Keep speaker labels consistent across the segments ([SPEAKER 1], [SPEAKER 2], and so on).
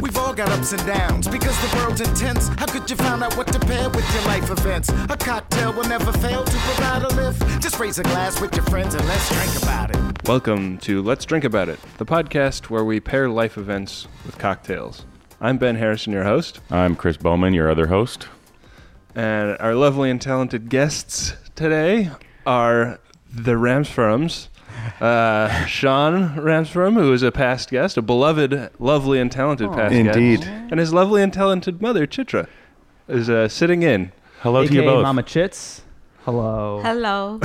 [SPEAKER 1] We've all got ups and downs because the world's intense. How could you find out what to pair with your life events? A cocktail will never fail to provide a lift. Just raise a glass with your friends and let's drink about it.
[SPEAKER 2] Welcome to Let's Drink About It, the podcast where we pair life events with cocktails. I'm Ben Harrison, your host,
[SPEAKER 3] I'm Chris Bowman, your other host.
[SPEAKER 2] and our lovely and talented guests today are the Ramsfirms. Uh, Sean Ramsfirm, who is a past guest, a beloved, lovely, and talented past
[SPEAKER 3] Indeed.
[SPEAKER 2] guest, and his lovely and talented mother, Chitra, is uh, sitting in.
[SPEAKER 3] Hello to you
[SPEAKER 4] AKA
[SPEAKER 3] both.
[SPEAKER 4] Mama Chits. Hello.
[SPEAKER 5] Hello.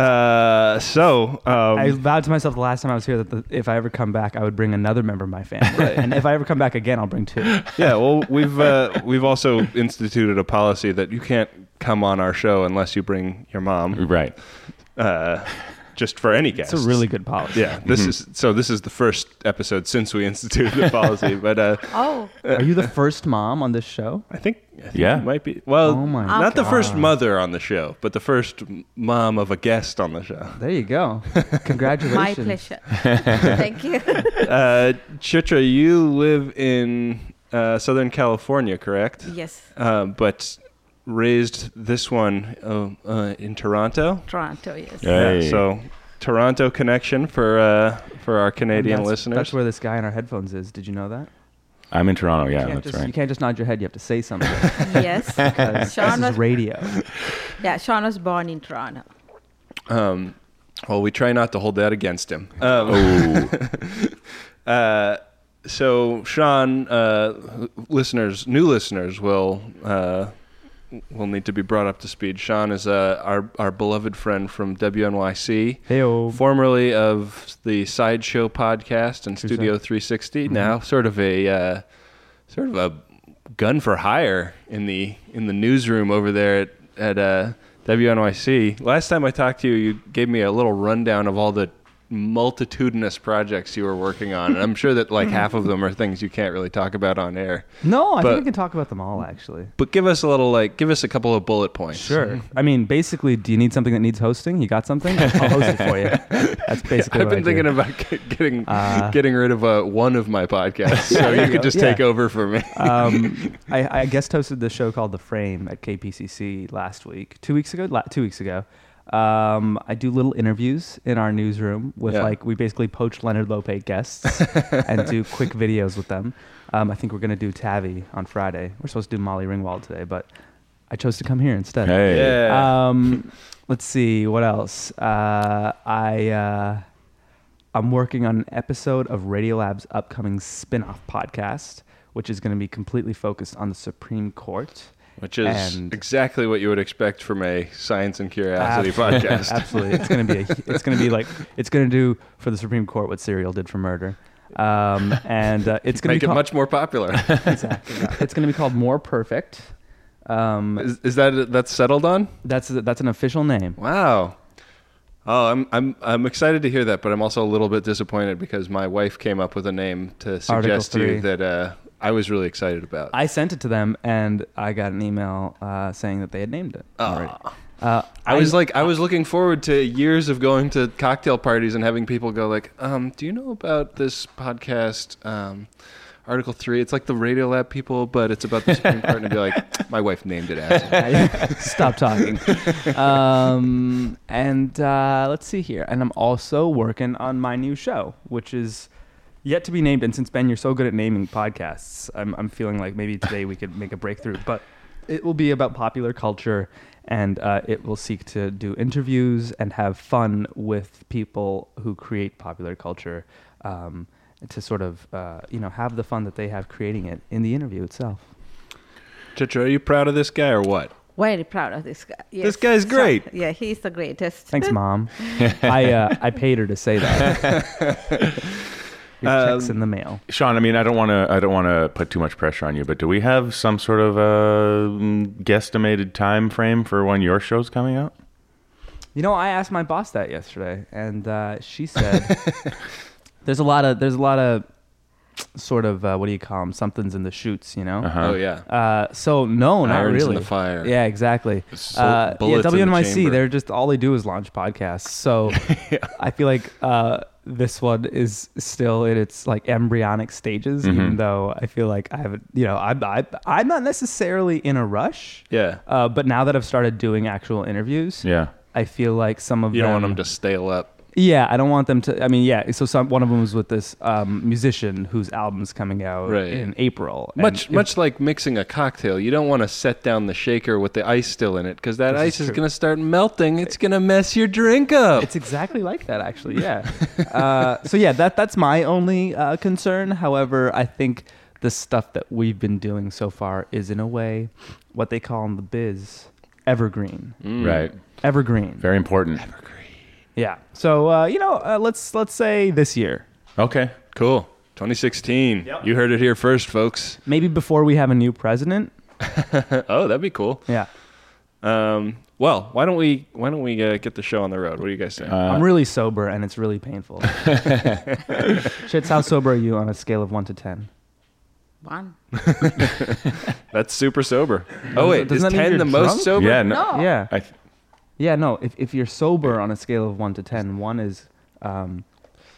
[SPEAKER 2] Uh, so, um,
[SPEAKER 4] I vowed to myself the last time I was here that the, if I ever come back, I would bring another member of my family. And if I ever come back again, I'll bring two.
[SPEAKER 2] yeah, well, we've uh, we've also instituted a policy that you can't come on our show unless you bring your mom,
[SPEAKER 3] Right.
[SPEAKER 2] uh, just for any guest.
[SPEAKER 4] It's a really good policy.
[SPEAKER 2] yeah. This is so. This is the first episode since we instituted the policy, but uh,
[SPEAKER 5] Oh,
[SPEAKER 4] Are you the first mom on this show?
[SPEAKER 2] I think, I think
[SPEAKER 3] Yeah.
[SPEAKER 2] it might be well,
[SPEAKER 4] Oh my
[SPEAKER 2] not the first mother on the show, but the first m- mom of a guest on the show.
[SPEAKER 4] There you go. Congratulations.
[SPEAKER 5] my pleasure. Thank you.
[SPEAKER 2] Uh, Chitra, you live in uh, Southern California, correct?
[SPEAKER 5] yes,
[SPEAKER 2] Uh, but raised this one uh, uh, in Toronto.
[SPEAKER 5] Toronto. Yes.
[SPEAKER 3] Hey.
[SPEAKER 2] Yeah, so Toronto connection for uh, for our
[SPEAKER 4] And
[SPEAKER 2] Canadian
[SPEAKER 4] that's-
[SPEAKER 2] listeners.
[SPEAKER 4] That's where this guy in our headphones is. Did you know that?
[SPEAKER 3] I'm in Toronto.
[SPEAKER 4] you,
[SPEAKER 3] Yeah,
[SPEAKER 4] can't
[SPEAKER 3] that's
[SPEAKER 4] just, you
[SPEAKER 3] right.
[SPEAKER 4] can't just nod your head. You have to say something.
[SPEAKER 5] Yes. Sean
[SPEAKER 4] this
[SPEAKER 5] was
[SPEAKER 4] is radio.
[SPEAKER 5] yeah. Sean was born in Toronto.
[SPEAKER 2] um, well, we try not to hold that against him. Um,
[SPEAKER 3] Oh,
[SPEAKER 2] uh, so Sean, uh, listeners, new listeners will uh, will need to be brought up to speed. Sean is uh, our our beloved friend from WNYC.
[SPEAKER 4] Hey, oh.
[SPEAKER 2] Formerly of the Sideshow podcast and
[SPEAKER 4] True
[SPEAKER 2] Studio
[SPEAKER 4] Side.
[SPEAKER 2] 360, now sort of a uh, sort of a gun for hire in the in the newsroom over there at at uh, WNYC. Last time I talked to you, you gave me a little rundown of all the multitudinous projects you were working on, and I'm sure that like half of them are things you can't really talk about on air.
[SPEAKER 4] No, I
[SPEAKER 2] But-
[SPEAKER 4] think we can talk about them all, actually.
[SPEAKER 2] But give us a little like give us a couple of bullet points.
[SPEAKER 4] Sure. I mean, basically, do you need something that needs hosting? You got something? I'll host it for you. That's basically
[SPEAKER 2] I've been
[SPEAKER 4] what I do.
[SPEAKER 2] thinking about get- getting
[SPEAKER 4] Uh,
[SPEAKER 2] getting rid of uh, one of my podcasts, so you
[SPEAKER 4] there you
[SPEAKER 2] could
[SPEAKER 4] go.
[SPEAKER 2] just
[SPEAKER 4] Yeah.
[SPEAKER 2] take over for me.
[SPEAKER 4] um, I, I guest hosted this show called The Frame at KPCC last week, two weeks ago, la- two weeks ago. Um, I do little interviews in our newsroom with
[SPEAKER 2] Yeah.
[SPEAKER 4] like we basically poach Leonard Lopate guests and do quick videos with them. Um, I think we're gonna do Tavi on Friday. We're supposed to do Molly Ringwald today, but I chose to come here instead.
[SPEAKER 3] hey.
[SPEAKER 4] Um, let's see what else. Uh, I uh, I'm working on an episode of Radiolab's upcoming spin-off podcast, which is going to be completely focused on the Supreme Court.
[SPEAKER 2] Which is
[SPEAKER 4] And-
[SPEAKER 2] exactly what you would expect from a science and curiosity
[SPEAKER 4] Absolutely.
[SPEAKER 2] podcast.
[SPEAKER 4] Absolutely, it's going to be a, it's going to be like it's going to do for the Supreme Court what Serial did for murder, um, and uh, it's going to
[SPEAKER 2] Make
[SPEAKER 4] be
[SPEAKER 2] it
[SPEAKER 4] called,
[SPEAKER 2] much more popular.
[SPEAKER 4] exactly, yeah. it's going to be called More Perfect. Um,
[SPEAKER 2] is, is that that's settled on?
[SPEAKER 4] that's that's an official name.
[SPEAKER 2] Wow. Oh, I'm I'm I'm excited to hear that, but I'm also a little bit disappointed because my wife came up with a name to suggest to
[SPEAKER 4] three.
[SPEAKER 2] you that uh, I was really excited about.
[SPEAKER 4] I sent it to them, and I got an email uh, saying that they had named it.
[SPEAKER 2] Ah.
[SPEAKER 4] Uh,
[SPEAKER 2] I was like, I was looking forward to years of going to cocktail parties and having people go like, um, "Do you know about this podcast, um, Article Three? It's like the Radio Lab people, but it's about the Supreme Court." And I'd be like, "My wife named it after."
[SPEAKER 4] I- stop talking. Um, and uh, let's see here. And I'm also working on my new show, which is yet to be named. And since Ben, you're so good at naming podcasts, I'm, I'm feeling like maybe today we could make a breakthrough. But it will be about popular culture, and uh, it will seek to do interviews and have fun with people who create popular culture. Um, to sort of, uh, you know, have the fun that they have creating it in the interview itself.
[SPEAKER 2] Chitra, are you proud of this guy or what?
[SPEAKER 5] Very proud of this guy. Yes.
[SPEAKER 2] This guy's
[SPEAKER 5] So-
[SPEAKER 2] great.
[SPEAKER 5] yeah, he's the greatest.
[SPEAKER 4] Thanks, mom. I uh, I paid her to say that. Your check's in the mail.
[SPEAKER 3] Sean. I mean, I don't want to. I don't want to put too much pressure on you, but do we have some sort of uh, guesstimated time frame for when your show's coming out?
[SPEAKER 4] You know, I asked my boss that yesterday, and uh, she said, "There's a lot of there's a lot of sort of uh, what do you call them? Something's in the shoots, you know."
[SPEAKER 3] Uh-huh.
[SPEAKER 2] oh yeah,
[SPEAKER 4] Uh, so no, not
[SPEAKER 2] Irons in
[SPEAKER 4] really.
[SPEAKER 2] the fire.
[SPEAKER 4] Yeah, exactly.
[SPEAKER 2] So-
[SPEAKER 4] Uh, yeah,
[SPEAKER 2] bullets in the
[SPEAKER 4] WNYC.
[SPEAKER 2] chamber.
[SPEAKER 4] they're just all they do is launch podcasts. So I feel like uh, this one is still in its like embryonic stages,
[SPEAKER 2] Mm-hmm.
[SPEAKER 4] even though I feel like I haven't, you know, I, I, I'm not necessarily in a rush.
[SPEAKER 2] Yeah.
[SPEAKER 4] Uh, but now that I've started doing actual interviews,
[SPEAKER 3] Yeah.
[SPEAKER 4] I feel like some of
[SPEAKER 2] You
[SPEAKER 4] them,
[SPEAKER 2] don't want them to stale up.
[SPEAKER 4] yeah, I don't want them to. I mean, yeah. So some, one of them was with this um, musician whose album's coming out
[SPEAKER 2] Right.
[SPEAKER 4] in April. and
[SPEAKER 2] Much
[SPEAKER 4] it-
[SPEAKER 2] much like mixing a cocktail, you don't want to set down the shaker with the ice still in it because that
[SPEAKER 4] This is
[SPEAKER 2] ice is,
[SPEAKER 4] true.
[SPEAKER 2] going to start melting. It's going to mess your drink up.
[SPEAKER 4] It's exactly like that, actually. Yeah. uh, so yeah, that that's my only uh, concern. However, I think the stuff that we've been doing so far is, in a way, what they call in the biz, evergreen.
[SPEAKER 2] Mm.
[SPEAKER 3] Right.
[SPEAKER 4] Evergreen.
[SPEAKER 3] Very important.
[SPEAKER 4] yeah. So uh, you know, uh, let's let's say this year,
[SPEAKER 3] Okay.
[SPEAKER 2] Cool. 2016. You heard it here first, folks.
[SPEAKER 4] maybe before we have a new president.
[SPEAKER 2] Oh, that'd be cool.
[SPEAKER 4] Yeah.
[SPEAKER 2] Um, well, why don't we why don't we uh, get the show on the road? What do you guys think?
[SPEAKER 3] Uh,
[SPEAKER 4] I'm really sober and it's really painful. Shits, how sober are you on a scale of one to ten?
[SPEAKER 5] One.
[SPEAKER 2] That's super sober. Oh wait, is
[SPEAKER 4] doesn't that mean
[SPEAKER 2] ten
[SPEAKER 4] you're
[SPEAKER 2] the
[SPEAKER 4] drunk?
[SPEAKER 2] most sober?
[SPEAKER 3] Yeah. No.
[SPEAKER 5] No.
[SPEAKER 4] Yeah.
[SPEAKER 3] I th-
[SPEAKER 4] Yeah, no. If, if you're sober on a scale of one to ten, one is um,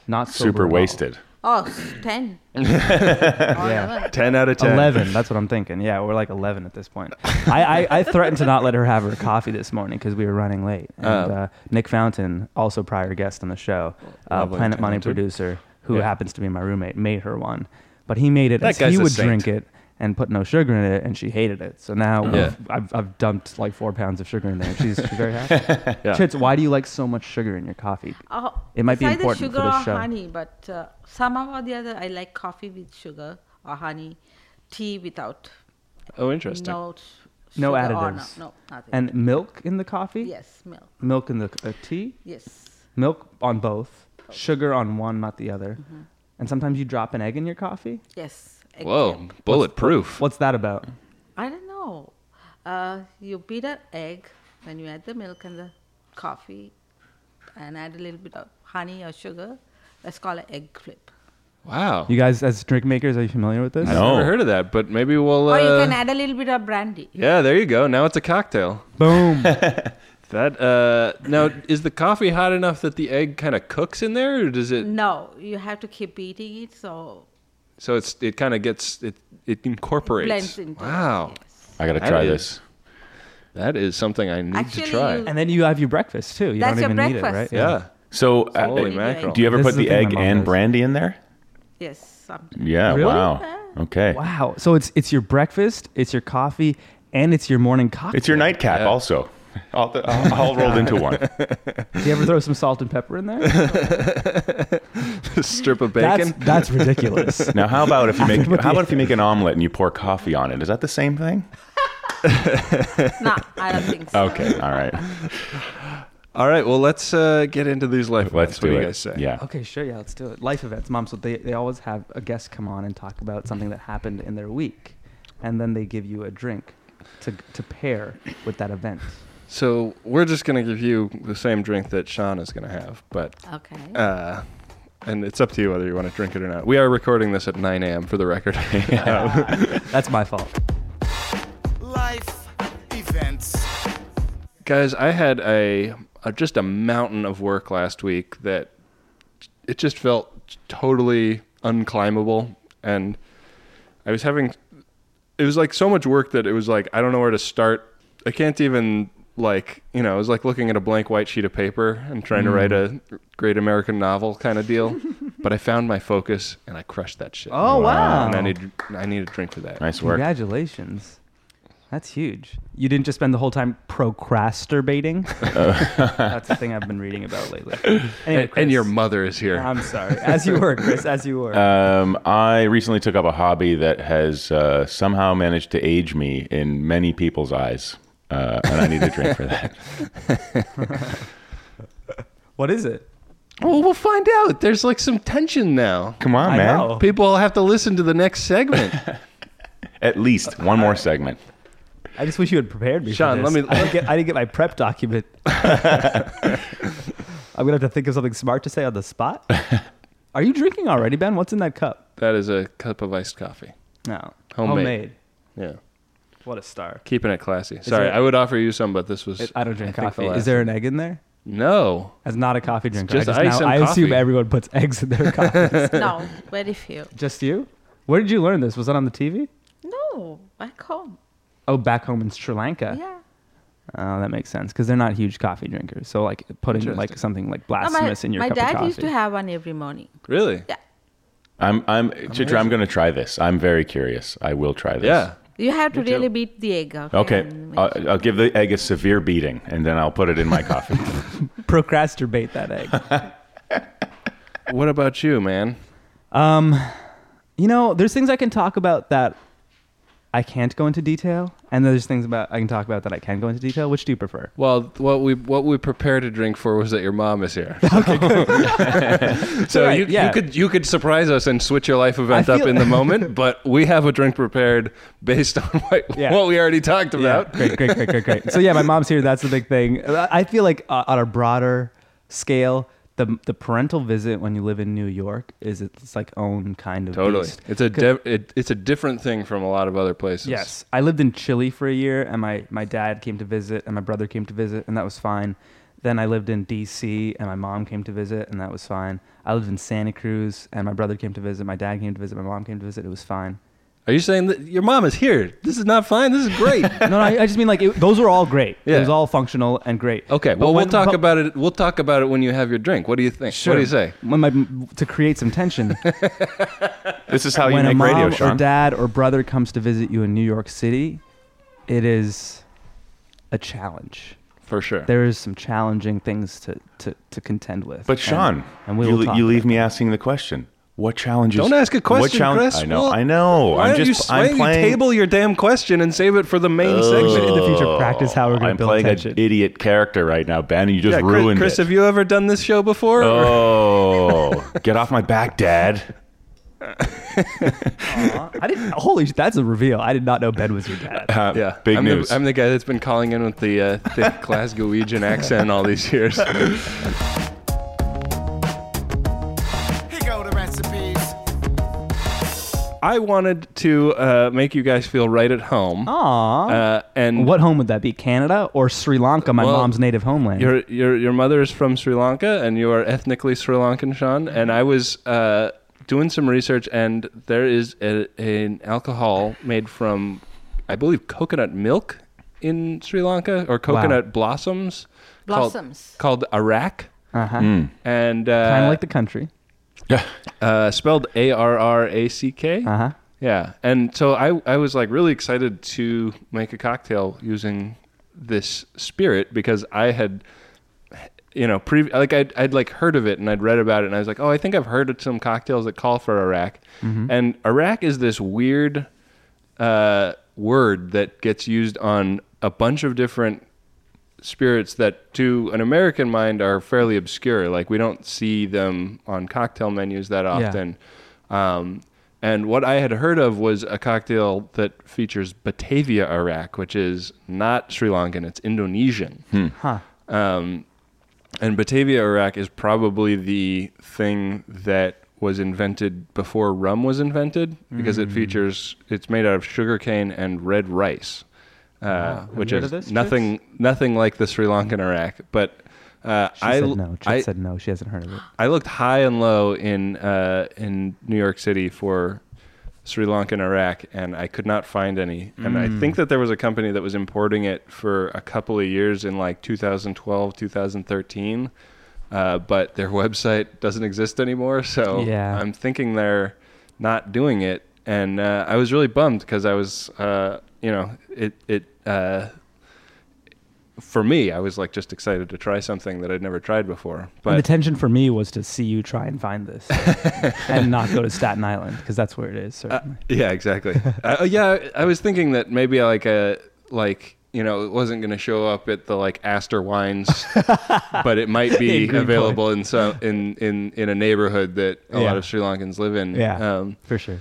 [SPEAKER 4] not sober
[SPEAKER 3] super
[SPEAKER 4] at all.
[SPEAKER 3] wasted.
[SPEAKER 5] Oh, s- ten. Or eleven.
[SPEAKER 2] Ten out of ten.
[SPEAKER 4] Eleven. That's what I'm thinking. Yeah, we're like eleven at this point. I, I, I threatened to not let her have her coffee this morning because we were running late. And
[SPEAKER 2] Oh.
[SPEAKER 4] uh, Nick Fountain, also prior guest on the show, uh,
[SPEAKER 2] Lovely,
[SPEAKER 4] Planet Money
[SPEAKER 2] talented.
[SPEAKER 4] producer, who
[SPEAKER 2] Yeah.
[SPEAKER 4] happens to be my roommate, made her one. But he made it
[SPEAKER 2] That
[SPEAKER 4] as
[SPEAKER 2] guy's
[SPEAKER 4] he
[SPEAKER 2] a
[SPEAKER 4] would
[SPEAKER 2] saint.
[SPEAKER 4] drink it and put no sugar in it, and she hated it. So now
[SPEAKER 2] Yeah.
[SPEAKER 4] I've, I've, I've dumped like four pounds of sugar in there. and She's, she's very happy.
[SPEAKER 2] Yeah.
[SPEAKER 4] Chits, why do you like so much sugar in your coffee?
[SPEAKER 5] Oh,
[SPEAKER 4] It might
[SPEAKER 5] it's
[SPEAKER 4] be
[SPEAKER 5] either
[SPEAKER 4] important for
[SPEAKER 5] sugar
[SPEAKER 4] the
[SPEAKER 5] or
[SPEAKER 4] show.
[SPEAKER 5] honey, but uh, somehow or the other, I like coffee with sugar or honey, tea without
[SPEAKER 2] Oh, interesting.
[SPEAKER 5] no s-
[SPEAKER 4] No
[SPEAKER 5] sugar or
[SPEAKER 4] additives.
[SPEAKER 5] No, no, nothing.
[SPEAKER 4] And milk in the coffee?
[SPEAKER 5] yes, milk.
[SPEAKER 4] Milk in the uh, tea?
[SPEAKER 5] Yes.
[SPEAKER 4] Milk on both. Sugar on one, not the other.
[SPEAKER 5] Mm-hmm.
[SPEAKER 4] And sometimes you drop an egg in your coffee?
[SPEAKER 5] Yes. egg
[SPEAKER 2] Whoa,
[SPEAKER 5] yolk.
[SPEAKER 2] bulletproof.
[SPEAKER 4] What's that about?
[SPEAKER 5] I don't know. Uh, you beat an egg, then you add the milk and the coffee, and add a little bit of honey or sugar. Let's call it egg flip.
[SPEAKER 2] Wow.
[SPEAKER 4] You guys, as drink makers, are you familiar with this?
[SPEAKER 2] I've
[SPEAKER 3] No.
[SPEAKER 2] never heard of that, but maybe we'll. Uh,
[SPEAKER 5] or you can add a little bit of brandy.
[SPEAKER 2] yeah, there you go. Now it's a cocktail.
[SPEAKER 4] Boom.
[SPEAKER 2] That uh, now is the coffee hot enough that the egg kind of cooks in there, or does it?
[SPEAKER 5] No, you have to keep eating it, so
[SPEAKER 2] So it's it kind of gets it it incorporates.
[SPEAKER 5] blends into it,
[SPEAKER 2] wow,
[SPEAKER 5] yes.
[SPEAKER 3] I gotta
[SPEAKER 2] That
[SPEAKER 3] try
[SPEAKER 2] is-
[SPEAKER 3] this.
[SPEAKER 2] that is something I need
[SPEAKER 5] Actually,
[SPEAKER 2] to try.
[SPEAKER 5] you-
[SPEAKER 4] and then you have your breakfast too. You
[SPEAKER 5] That's
[SPEAKER 4] don't
[SPEAKER 5] your
[SPEAKER 4] even
[SPEAKER 5] breakfast.
[SPEAKER 4] need it, right?
[SPEAKER 2] yeah.
[SPEAKER 3] So, uh,
[SPEAKER 2] Holy
[SPEAKER 5] Egg.
[SPEAKER 2] mackerel!
[SPEAKER 3] do you ever
[SPEAKER 4] This
[SPEAKER 3] put
[SPEAKER 4] is the
[SPEAKER 3] the
[SPEAKER 4] thing my
[SPEAKER 3] egg
[SPEAKER 4] mom
[SPEAKER 3] and
[SPEAKER 4] does.
[SPEAKER 3] brandy in there?
[SPEAKER 5] Yes, sometimes.
[SPEAKER 3] Yeah.
[SPEAKER 4] Really?
[SPEAKER 3] Wow. Okay.
[SPEAKER 4] Wow. So it's it's your breakfast, it's your coffee, and it's your morning coffee.
[SPEAKER 3] It's your nightcap
[SPEAKER 2] Yeah.
[SPEAKER 3] also. All, the, all rolled into one.
[SPEAKER 4] Do you ever throw some salt and pepper in there?
[SPEAKER 2] Strip of
[SPEAKER 4] that's
[SPEAKER 2] bacon.
[SPEAKER 4] that's ridiculous.
[SPEAKER 3] Now, how about if you make
[SPEAKER 4] With
[SPEAKER 3] how
[SPEAKER 4] the-
[SPEAKER 3] about if you make an omelet and you pour coffee on it? Is that the same thing?
[SPEAKER 5] no, I don't think so.
[SPEAKER 3] Okay, all right.
[SPEAKER 2] All right, well let's uh, get into these life.
[SPEAKER 3] Let's
[SPEAKER 2] events. what
[SPEAKER 3] do
[SPEAKER 2] do
[SPEAKER 3] it.
[SPEAKER 2] you guys say?
[SPEAKER 3] Yeah.
[SPEAKER 4] Okay, sure, yeah, let's do it. Life events, mom. So they, they always have a guest come on and talk about something that happened in their week, and then they give you a drink to to pair with that event.
[SPEAKER 2] So we're just gonna give you the same drink that Sean is gonna have, but
[SPEAKER 5] Okay.
[SPEAKER 2] uh, and it's up to you whether you want to drink it or not. We are recording this at 9 a.m. for the record.
[SPEAKER 4] That's my fault.
[SPEAKER 1] Life events.
[SPEAKER 2] Guys, I had a, a just a mountain of work last week that it just felt totally unclimbable and I was having it was like so much work that it was like I don't know where to start. I can't even like, you know, it was like looking at a blank white sheet of paper and trying to write a great American novel kind of deal. but I found my focus and I crushed that shit.
[SPEAKER 4] Oh wow!
[SPEAKER 2] And I need I need a drink for that.
[SPEAKER 3] Nice work.
[SPEAKER 4] Congratulations. That's huge. You didn't just spend the whole time procrastinating. That's the thing I've been reading about lately. Anyway,
[SPEAKER 2] And,
[SPEAKER 4] Chris,
[SPEAKER 2] and your mother Uh, is here.
[SPEAKER 4] I'm sorry. As you were, Chris. As you were.
[SPEAKER 3] Um, I recently took up a hobby that has uh, somehow managed to age me in many people's eyes, uh, and I need a drink for that.
[SPEAKER 4] what is it?
[SPEAKER 2] Well, we'll find out. There's like some tension now.
[SPEAKER 3] Come on,
[SPEAKER 4] I
[SPEAKER 3] man.
[SPEAKER 4] know.
[SPEAKER 2] Oh. People will have to listen to the next segment.
[SPEAKER 3] At least one more segment.
[SPEAKER 4] I just wish you had prepared me. for
[SPEAKER 2] Sean,
[SPEAKER 4] this.
[SPEAKER 2] let me-
[SPEAKER 4] I didn't, get, I didn't get my prep document. I'm gonna have to think of something smart to say on the spot. Are you drinking already, Ben? What's in that cup?
[SPEAKER 2] that is a cup of iced coffee.
[SPEAKER 4] No,
[SPEAKER 2] Homemade. Yeah.
[SPEAKER 4] What a star!
[SPEAKER 2] Keeping it classy. Sorry,
[SPEAKER 4] there-
[SPEAKER 2] I would offer you some, but this was.
[SPEAKER 4] I don't
[SPEAKER 2] think
[SPEAKER 4] drink
[SPEAKER 2] the
[SPEAKER 4] coffee. Is
[SPEAKER 2] last-
[SPEAKER 4] there an egg in there?
[SPEAKER 2] No.
[SPEAKER 4] As not a coffee drinker,
[SPEAKER 2] just
[SPEAKER 4] I,
[SPEAKER 2] ice
[SPEAKER 4] now,
[SPEAKER 2] and
[SPEAKER 4] I assume
[SPEAKER 2] coffee.
[SPEAKER 4] everyone puts eggs in their coffee.
[SPEAKER 5] no, very few.
[SPEAKER 4] just you? Where did you learn this? Was that on the TV?
[SPEAKER 5] No, back home.
[SPEAKER 4] Oh, back home in Sri Lanka.
[SPEAKER 5] Yeah.
[SPEAKER 4] Oh, that makes sense because they're not huge coffee drinkers. So like putting like
[SPEAKER 2] Interesting.
[SPEAKER 4] something like
[SPEAKER 5] No, my
[SPEAKER 4] blasphemous in your
[SPEAKER 5] my
[SPEAKER 4] cup of
[SPEAKER 5] dad
[SPEAKER 4] coffee.
[SPEAKER 5] used to have one every morning.
[SPEAKER 2] Really?
[SPEAKER 5] Yeah.
[SPEAKER 3] I'm I'm Chitra. I'm going to try this. I'm very curious. I will try this.
[SPEAKER 2] Yeah.
[SPEAKER 5] You have to
[SPEAKER 2] Me too.
[SPEAKER 5] really beat the egg. Okay.
[SPEAKER 3] Okay. uh,
[SPEAKER 5] and make
[SPEAKER 3] I'll, I'll give the egg a severe beating, and then I'll put it in my coffee.
[SPEAKER 4] procrastinate that egg.
[SPEAKER 2] What about you, man?
[SPEAKER 4] you know, there's things I can talk about that I can't go into detail, and there's things about I can talk about that I can go into detail. Which do you prefer?
[SPEAKER 2] Well, what we what we prepared to drink for was that your mom is here. so
[SPEAKER 4] Right,
[SPEAKER 2] you,
[SPEAKER 4] yeah.
[SPEAKER 2] you could you could surprise us and switch your life event
[SPEAKER 4] I
[SPEAKER 2] up
[SPEAKER 4] feel-
[SPEAKER 2] in the moment, but we have a drink prepared based on what,
[SPEAKER 4] Yeah.
[SPEAKER 2] what we already talked about.
[SPEAKER 4] Yeah, great, great, great, great, great. So yeah, my mom's here. That's the big thing. I I feel like uh, on a broader scale, the the parental visit when you live in New York is its like own kind of
[SPEAKER 2] Totally,
[SPEAKER 4] beast.
[SPEAKER 2] it's a de- it, it's a different thing from a lot of other places.
[SPEAKER 4] Yes, I lived in Chile for a year, and my my dad came to visit, and my brother came to visit, and that was fine. Then I lived in D.C. and my mom came to visit, and that was fine. I lived in Santa Cruz, and my brother came to visit, my dad came to visit, my mom came to visit. It was fine.
[SPEAKER 2] Are you saying that your mom is here? This is not fine. This is great.
[SPEAKER 4] No, no, I, I just mean like it, those were all great. It
[SPEAKER 2] Yeah.
[SPEAKER 4] was all functional and great.
[SPEAKER 2] Okay,
[SPEAKER 4] But
[SPEAKER 2] well
[SPEAKER 4] when-
[SPEAKER 2] we'll talk
[SPEAKER 4] but-
[SPEAKER 2] about it. We'll talk about it when you have your drink. What do you think? What do you say?
[SPEAKER 4] When my, to create some tension,
[SPEAKER 3] this is how you
[SPEAKER 4] when a
[SPEAKER 3] make
[SPEAKER 4] mom
[SPEAKER 3] radio,
[SPEAKER 4] or
[SPEAKER 3] Sean.
[SPEAKER 4] dad or brother comes to visit you in New York City, it is a challenge.
[SPEAKER 2] For sure.
[SPEAKER 4] there is some challenging things to, to, to contend with.
[SPEAKER 3] But
[SPEAKER 4] And-
[SPEAKER 3] Sean,
[SPEAKER 4] and we
[SPEAKER 3] you,
[SPEAKER 4] will talk
[SPEAKER 3] you leave
[SPEAKER 4] about
[SPEAKER 3] me asking the question. What challenges?
[SPEAKER 2] Don't ask a question,
[SPEAKER 3] what challenge-
[SPEAKER 2] Chris.
[SPEAKER 3] I know.
[SPEAKER 2] Well,
[SPEAKER 3] I know.
[SPEAKER 2] Why
[SPEAKER 3] I'm
[SPEAKER 2] don't
[SPEAKER 3] just.
[SPEAKER 2] you, why
[SPEAKER 3] I'm
[SPEAKER 2] don't
[SPEAKER 3] playing.
[SPEAKER 2] you table your damn question and save it for the main
[SPEAKER 4] that. We
[SPEAKER 2] section?
[SPEAKER 4] should in the future practice how we're going
[SPEAKER 3] I'm
[SPEAKER 4] to build
[SPEAKER 3] playing
[SPEAKER 4] tension.
[SPEAKER 3] an idiot character right now, Ben. And you just
[SPEAKER 2] Yeah, Chris,
[SPEAKER 3] ruined
[SPEAKER 2] Chris,
[SPEAKER 3] it.
[SPEAKER 2] have you ever done this show before?
[SPEAKER 3] oh, get off my back, Dad.
[SPEAKER 4] I didn't. Holy, sh- that's a reveal. I did not know Ben was your dad.
[SPEAKER 3] Uh,
[SPEAKER 2] yeah,
[SPEAKER 3] big
[SPEAKER 2] I'm
[SPEAKER 3] news.
[SPEAKER 2] The, I'm the guy that's been calling in with the uh, thick Glasgowegian accent all these years.
[SPEAKER 1] Here go the recipes.
[SPEAKER 2] I wanted to uh, make you guys feel right at home.
[SPEAKER 3] Oh.
[SPEAKER 4] Aw.
[SPEAKER 2] Uh,
[SPEAKER 3] um,
[SPEAKER 2] and
[SPEAKER 4] what home would that be? Canada or Sri Lanka, my
[SPEAKER 2] Well,
[SPEAKER 4] mom's native homeland?
[SPEAKER 2] Your your your mother is from Sri Lanka, and you are ethnically Sri Lankan, Sean.
[SPEAKER 4] Mm-hmm.
[SPEAKER 2] And I was uh, doing some research, and there is a, an alcohol made from, I believe, coconut milk in Sri Lanka or coconut blossoms. called-
[SPEAKER 5] Blossoms.
[SPEAKER 2] called, Arak,
[SPEAKER 3] Hmm.
[SPEAKER 4] uh-huh.
[SPEAKER 2] and
[SPEAKER 4] Kind of
[SPEAKER 2] uh,
[SPEAKER 4] like the country.
[SPEAKER 2] uh, spelled A R R A C K.
[SPEAKER 4] Uh-huh.
[SPEAKER 2] Yeah, and so I I was like really excited to make a cocktail using this spirit because I had you know pre- like I'd, I'd like heard of it and I'd read about it and I was like oh I think I've heard of some cocktails that call for Iraq and Iraq is this weird uh, word that gets used on a bunch of different spirits that to an American mind are fairly obscure. Like we don't see them on cocktail menus that often. Um, and what I had heard of was a cocktail that features Batavia Iraq, which is not Sri Lankan, it's Indonesian.
[SPEAKER 4] Huh.
[SPEAKER 2] And Batavia Iraq is probably the thing that was invented before rum was invented because
[SPEAKER 4] Mm.
[SPEAKER 2] it features it's made out of sugarcane and red rice, uh, which
[SPEAKER 4] Ah, heard
[SPEAKER 2] is
[SPEAKER 4] of this,
[SPEAKER 2] nothing nothing like the Sri Lankan Iraq. But uh,
[SPEAKER 4] She
[SPEAKER 2] I
[SPEAKER 4] said no. Chip
[SPEAKER 2] I,
[SPEAKER 4] said no. She hasn't heard of it.
[SPEAKER 2] I looked high and low in uh, in New York City for Sri Lanka and Iraq, and I could not find any. And
[SPEAKER 4] Mm.
[SPEAKER 2] I think that there was a company that was importing it for a couple of years in like 2012, 2013, uh, but their website doesn't exist anymore. So
[SPEAKER 4] Yeah.
[SPEAKER 2] I'm thinking they're not doing it. And uh, I was really bummed because I was, uh, you know, it it. Uh, for me, I was like just excited to try something that I'd never tried before.
[SPEAKER 4] and the
[SPEAKER 2] But
[SPEAKER 4] tension for me was to see you try and find this and not go to Staten Island because that's where it is.
[SPEAKER 3] Uh,
[SPEAKER 4] Certainly.
[SPEAKER 2] Yeah, exactly. uh, yeah, I I was thinking that maybe like a like you know it wasn't going to show up at the like Astor Wines, but it might
[SPEAKER 4] In
[SPEAKER 2] be
[SPEAKER 4] Greenpoint.
[SPEAKER 2] available in some in in in a neighborhood that a
[SPEAKER 4] Yeah.
[SPEAKER 2] lot of Sri Lankans live in.
[SPEAKER 4] yeah,
[SPEAKER 2] Um,
[SPEAKER 4] for sure.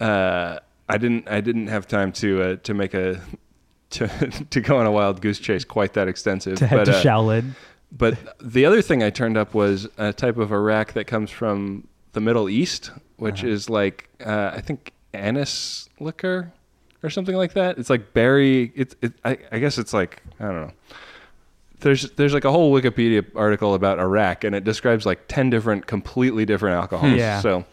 [SPEAKER 2] uh, I didn't I didn't have time to uh, to make a to to go on a wild goose chase quite that extensive.
[SPEAKER 4] To head
[SPEAKER 2] but,
[SPEAKER 4] to
[SPEAKER 2] uh,
[SPEAKER 4] Shaolin.
[SPEAKER 2] but the other thing I turned up was a type of Iraq that comes from the Middle East, which
[SPEAKER 4] Uh-huh.
[SPEAKER 2] is like uh, I think anise liquor or something like that. It's like berry. It's it, I, I guess it's like I don't know. there's there's like a whole Wikipedia article about Iraq, and it describes like ten different, completely different alcohols.
[SPEAKER 4] Hmm. Yeah.
[SPEAKER 2] So,